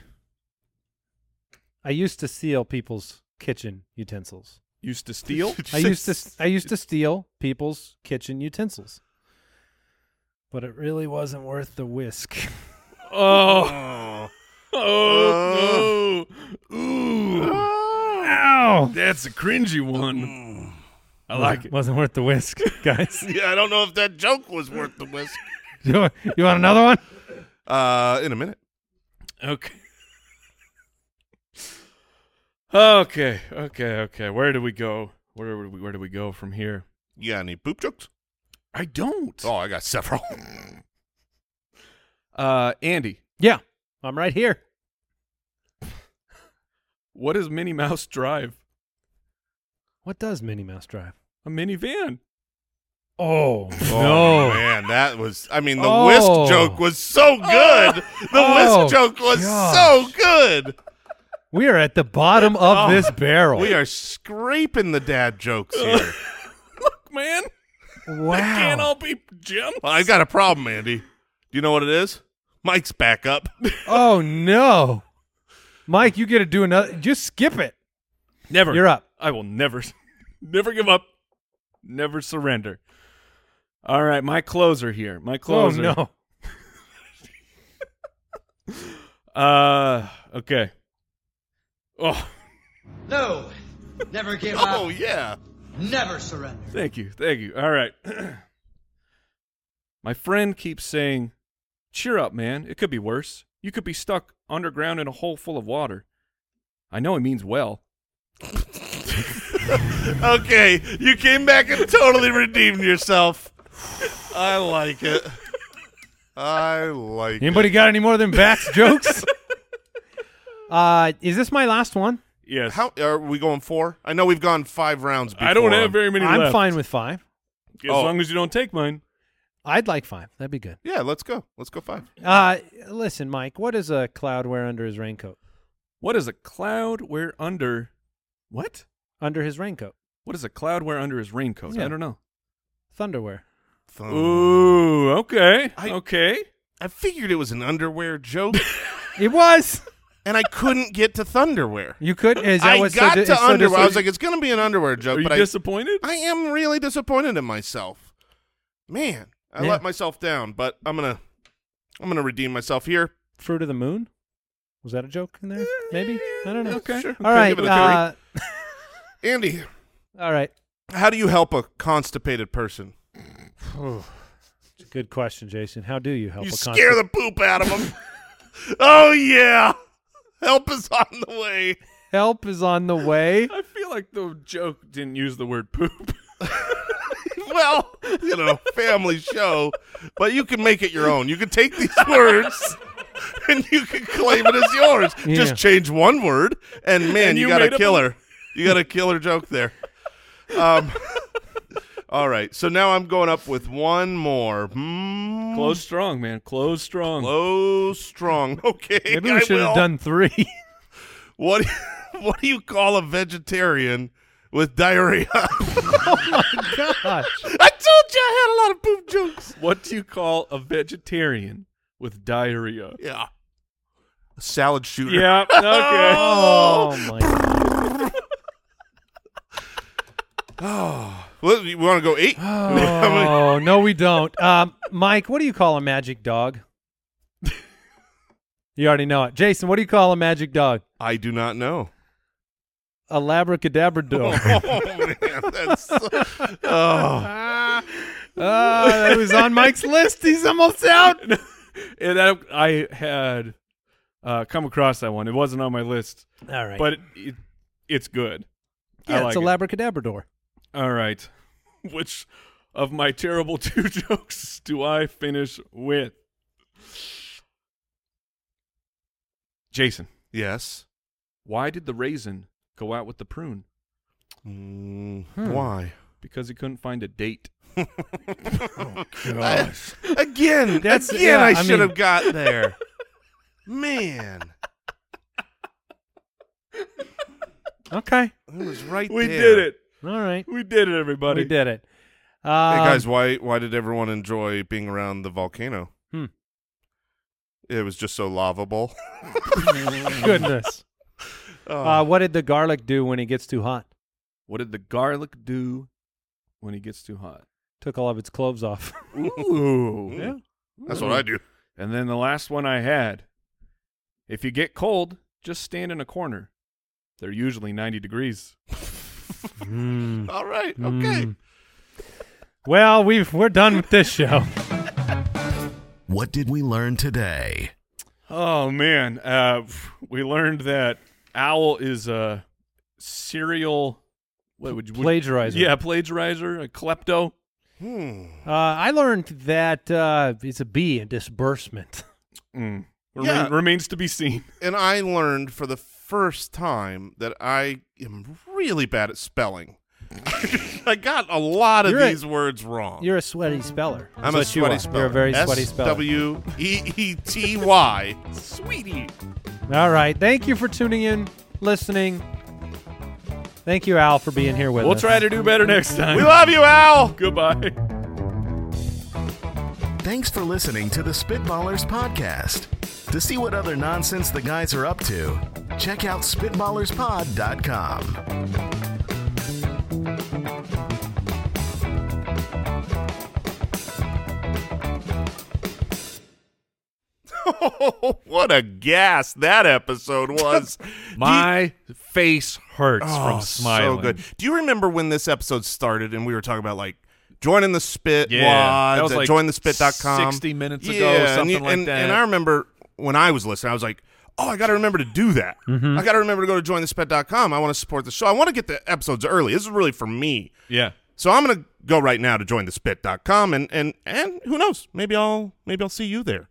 Speaker 5: i used to steal people's kitchen utensils
Speaker 2: Used to steal.
Speaker 5: i used to i used to steal people's kitchen utensils but it really wasn't worth the whisk
Speaker 2: oh. Oh
Speaker 3: Oh.
Speaker 2: no. Ooh. Ow. That's a cringy one. I like it.
Speaker 5: wasn't worth the whisk guys
Speaker 3: Mm, Yeah, I don't know if that joke was worth the whisk.
Speaker 5: you, want- you want another one
Speaker 3: Uh, in a minute.
Speaker 2: Okay. Okay. Okay. Okay. Where do we go? Where do we, where do we go from here?
Speaker 3: You got any poop jokes?
Speaker 2: I don't.
Speaker 3: Oh, I got several.
Speaker 2: Uh, Andy,
Speaker 5: yeah i'm right here
Speaker 2: what does Minnie Mouse drive?
Speaker 5: what does minnie mouse drive
Speaker 2: A minivan.
Speaker 5: oh
Speaker 3: Oh man, that was I mean the
Speaker 5: Oh.
Speaker 3: whisk joke was so good. The
Speaker 5: Oh,
Speaker 3: whisk joke was
Speaker 5: gosh.
Speaker 3: so good.
Speaker 5: we are at the bottom of
Speaker 3: Oh.
Speaker 5: this barrel
Speaker 3: We are scraping the dad jokes here.
Speaker 2: Look, man,
Speaker 5: wow
Speaker 2: can't all be gems.
Speaker 3: well, I got a problem, Andy. Do you know what it is? Mike's back up.
Speaker 5: oh no mike you get to do another just skip it
Speaker 2: never.
Speaker 5: you're up
Speaker 2: I will never, never give up, never surrender. All right, my closer here. My closer.
Speaker 5: oh no
Speaker 2: Uh, okay. Oh,
Speaker 8: No, never give
Speaker 3: Oh
Speaker 8: up,
Speaker 3: yeah.
Speaker 8: never surrender.
Speaker 2: thank you, thank you. All right. my friend keeps saying, "Cheer up, man. It could be worse. You could be stuck underground in a hole full of water." I know he means well.
Speaker 3: Okay, you came back and totally redeemed yourself. I like it. I like it.
Speaker 5: Anybody got any more than Bax jokes? uh, is this my last one?
Speaker 2: Yes.
Speaker 3: How are we going four? I know we've gone five rounds before.
Speaker 2: I don't have very many
Speaker 5: I'm
Speaker 2: left.
Speaker 5: fine with five.
Speaker 2: as
Speaker 3: Oh.
Speaker 2: long as you don't take mine.
Speaker 5: I'd like five. That'd be good.
Speaker 3: Yeah, let's go. Let's go five.
Speaker 5: Uh, listen, Mike, what does a cloud wear under his raincoat?
Speaker 2: What is a cloud wear under? What?
Speaker 5: Under his raincoat,
Speaker 2: What is a cloud wear under his raincoat?
Speaker 5: Yeah.
Speaker 2: I don't know.
Speaker 5: thunderwear.
Speaker 3: Thumb.
Speaker 2: Ooh, okay, okay.
Speaker 3: I figured it was an underwear joke.
Speaker 5: It was.
Speaker 3: and I couldn't get to Thunderwear.
Speaker 5: You could. Is that
Speaker 3: I
Speaker 5: what
Speaker 3: got
Speaker 5: so, di-
Speaker 3: to
Speaker 5: so
Speaker 3: Underwear. I
Speaker 5: dis-
Speaker 3: was like, it's going to be an underwear joke,
Speaker 2: Are you
Speaker 3: but I,
Speaker 2: disappointed?
Speaker 3: I am really disappointed in myf. Man, I
Speaker 5: Yeah.
Speaker 3: let myself down, but I'm gonna I'm gonna redeem myself here.
Speaker 5: fruit of the moon. Was that a joke in there? Maybe I don't know.
Speaker 2: Okay.
Speaker 5: All right.
Speaker 3: give it a
Speaker 5: uh,
Speaker 3: Andy,
Speaker 5: all right.
Speaker 3: how do you help a constipated person?
Speaker 5: It's a Good question, Jason. How do you help?
Speaker 3: you
Speaker 5: a
Speaker 3: scare the poop out of them. oh yeah, help is on the way.
Speaker 5: help is on the way.
Speaker 2: I feel like the joke didn't use the word poop.
Speaker 3: Well, you know, family show, but you can make it your own. You can take these words. And you can claim it as yours.
Speaker 5: Yeah.
Speaker 3: Just change one word, and man,
Speaker 2: And
Speaker 3: you,
Speaker 2: you
Speaker 3: got a
Speaker 2: made up a-
Speaker 3: killer. You got a killer joke there. Um, all right, so now I'm going up with one more. Hmm.
Speaker 2: Close strong, man. Close strong.
Speaker 3: Close strong. Okay,
Speaker 5: Maybe
Speaker 3: I
Speaker 5: we should
Speaker 3: will.
Speaker 5: have done three.
Speaker 3: What what do you call a vegetarian with diarrhea? I
Speaker 5: Oh Gosh.
Speaker 3: told you I had a lot of poop jokes.
Speaker 2: What do you call a vegetarian with diarrhea?
Speaker 3: Yeah. A salad shooter.
Speaker 2: Yeah. Okay.
Speaker 5: Oh my.
Speaker 3: Well, you want to go eight?
Speaker 5: Oh no, we don't. Um, Mike, what do you call a magic dog? You already know it, Jason. What do you call a magic dog?
Speaker 3: I do not know.
Speaker 5: A labracadabra dog.
Speaker 3: Oh, man. That's so- oh.
Speaker 5: Ah, that was on Mike's list. He's almost out.
Speaker 2: and that, I had uh, come across that one. It wasn't on my list,
Speaker 5: All right,
Speaker 2: but it, it, it's good.
Speaker 5: yeah,
Speaker 2: I
Speaker 5: it's
Speaker 2: like
Speaker 5: a
Speaker 2: it.
Speaker 5: labracadabra door.
Speaker 2: All right. Which of my terrible two jokes do I finish with? Jason,
Speaker 3: Yes.
Speaker 2: why did the raisin go out with the prune?
Speaker 3: Mm, Why?
Speaker 2: Because he couldn't find a date.
Speaker 3: Again.
Speaker 5: That's-
Speaker 3: again,
Speaker 5: yeah,
Speaker 3: I
Speaker 5: I
Speaker 3: should have
Speaker 5: mean-
Speaker 3: got there. Man.
Speaker 5: Okay,
Speaker 3: It was right
Speaker 2: We
Speaker 3: there.
Speaker 2: did it.
Speaker 5: all right,
Speaker 2: We did it, everybody.
Speaker 5: we did it. Um,
Speaker 3: Hey guys, why why did everyone enjoy being around the volcano?
Speaker 5: Hmm.
Speaker 3: It was just so lovable.
Speaker 5: goodness. Uh, what did the garlic do when it gets too hot?
Speaker 2: What did the garlic do when he gets too hot?
Speaker 5: Took all of its cloves off.
Speaker 2: Ooh.
Speaker 3: Yeah. That's what I do.
Speaker 2: And then the last one I had. If you get cold, just stand in a corner. They're usually 90 degrees.
Speaker 3: All right. Okay.
Speaker 5: Mm. Well, we've we're done with this show.
Speaker 4: What did we learn today?
Speaker 2: Oh man, uh, we learned that Owl is a serial what would you would-
Speaker 5: Plagiarizer.
Speaker 2: Yeah, plagiarizer, a klepto.
Speaker 3: Hmm.
Speaker 5: Uh, I learned that uh, it's a B in disbursement.
Speaker 2: Mm. Remain-
Speaker 3: Yeah.
Speaker 2: Remains to be seen.
Speaker 3: And I learned for the first time that I am really bad at spelling. I got a lot of
Speaker 5: You're a-
Speaker 3: these words wrong.
Speaker 5: You're a sweaty speller. That's
Speaker 3: I'm a
Speaker 5: what you
Speaker 3: sweaty
Speaker 5: are.
Speaker 3: speller.
Speaker 5: You're a very sweaty speller.
Speaker 3: W E E T Y.
Speaker 2: Sweetie.
Speaker 5: All right. Thank you for tuning in, listening. Thank you, Al, for being here with
Speaker 2: We'll
Speaker 5: us.
Speaker 2: try to do better next time.
Speaker 3: We love you, Al.
Speaker 2: Goodbye.
Speaker 4: Thanks for listening to the Spitballers Podcast. To see what other nonsense the guys are up to, check out SpitballersPod.com.
Speaker 3: what a gas that episode was.
Speaker 2: My face hurts from smiling.
Speaker 3: Oh, So good. Do you remember when this episode started and we were talking about like joining the spit
Speaker 2: Yeah,
Speaker 3: wads
Speaker 2: that was
Speaker 3: at
Speaker 2: like
Speaker 3: jointhespit.com?
Speaker 2: 60 minutes ago,
Speaker 3: yeah, and
Speaker 2: something
Speaker 3: you-
Speaker 2: like
Speaker 3: and-
Speaker 2: that.
Speaker 3: And I remember when I was listening, I was like, Oh, I got to remember to do that.
Speaker 2: Mm-hmm.
Speaker 3: I got to remember to go to jointhespit.com. I want to support the show. I want to get the episodes early. This is really for me.
Speaker 2: Yeah.
Speaker 3: So I'm going to go right now to jointhespit.com and and and who knows? Maybe I'll maybe I'll see you there.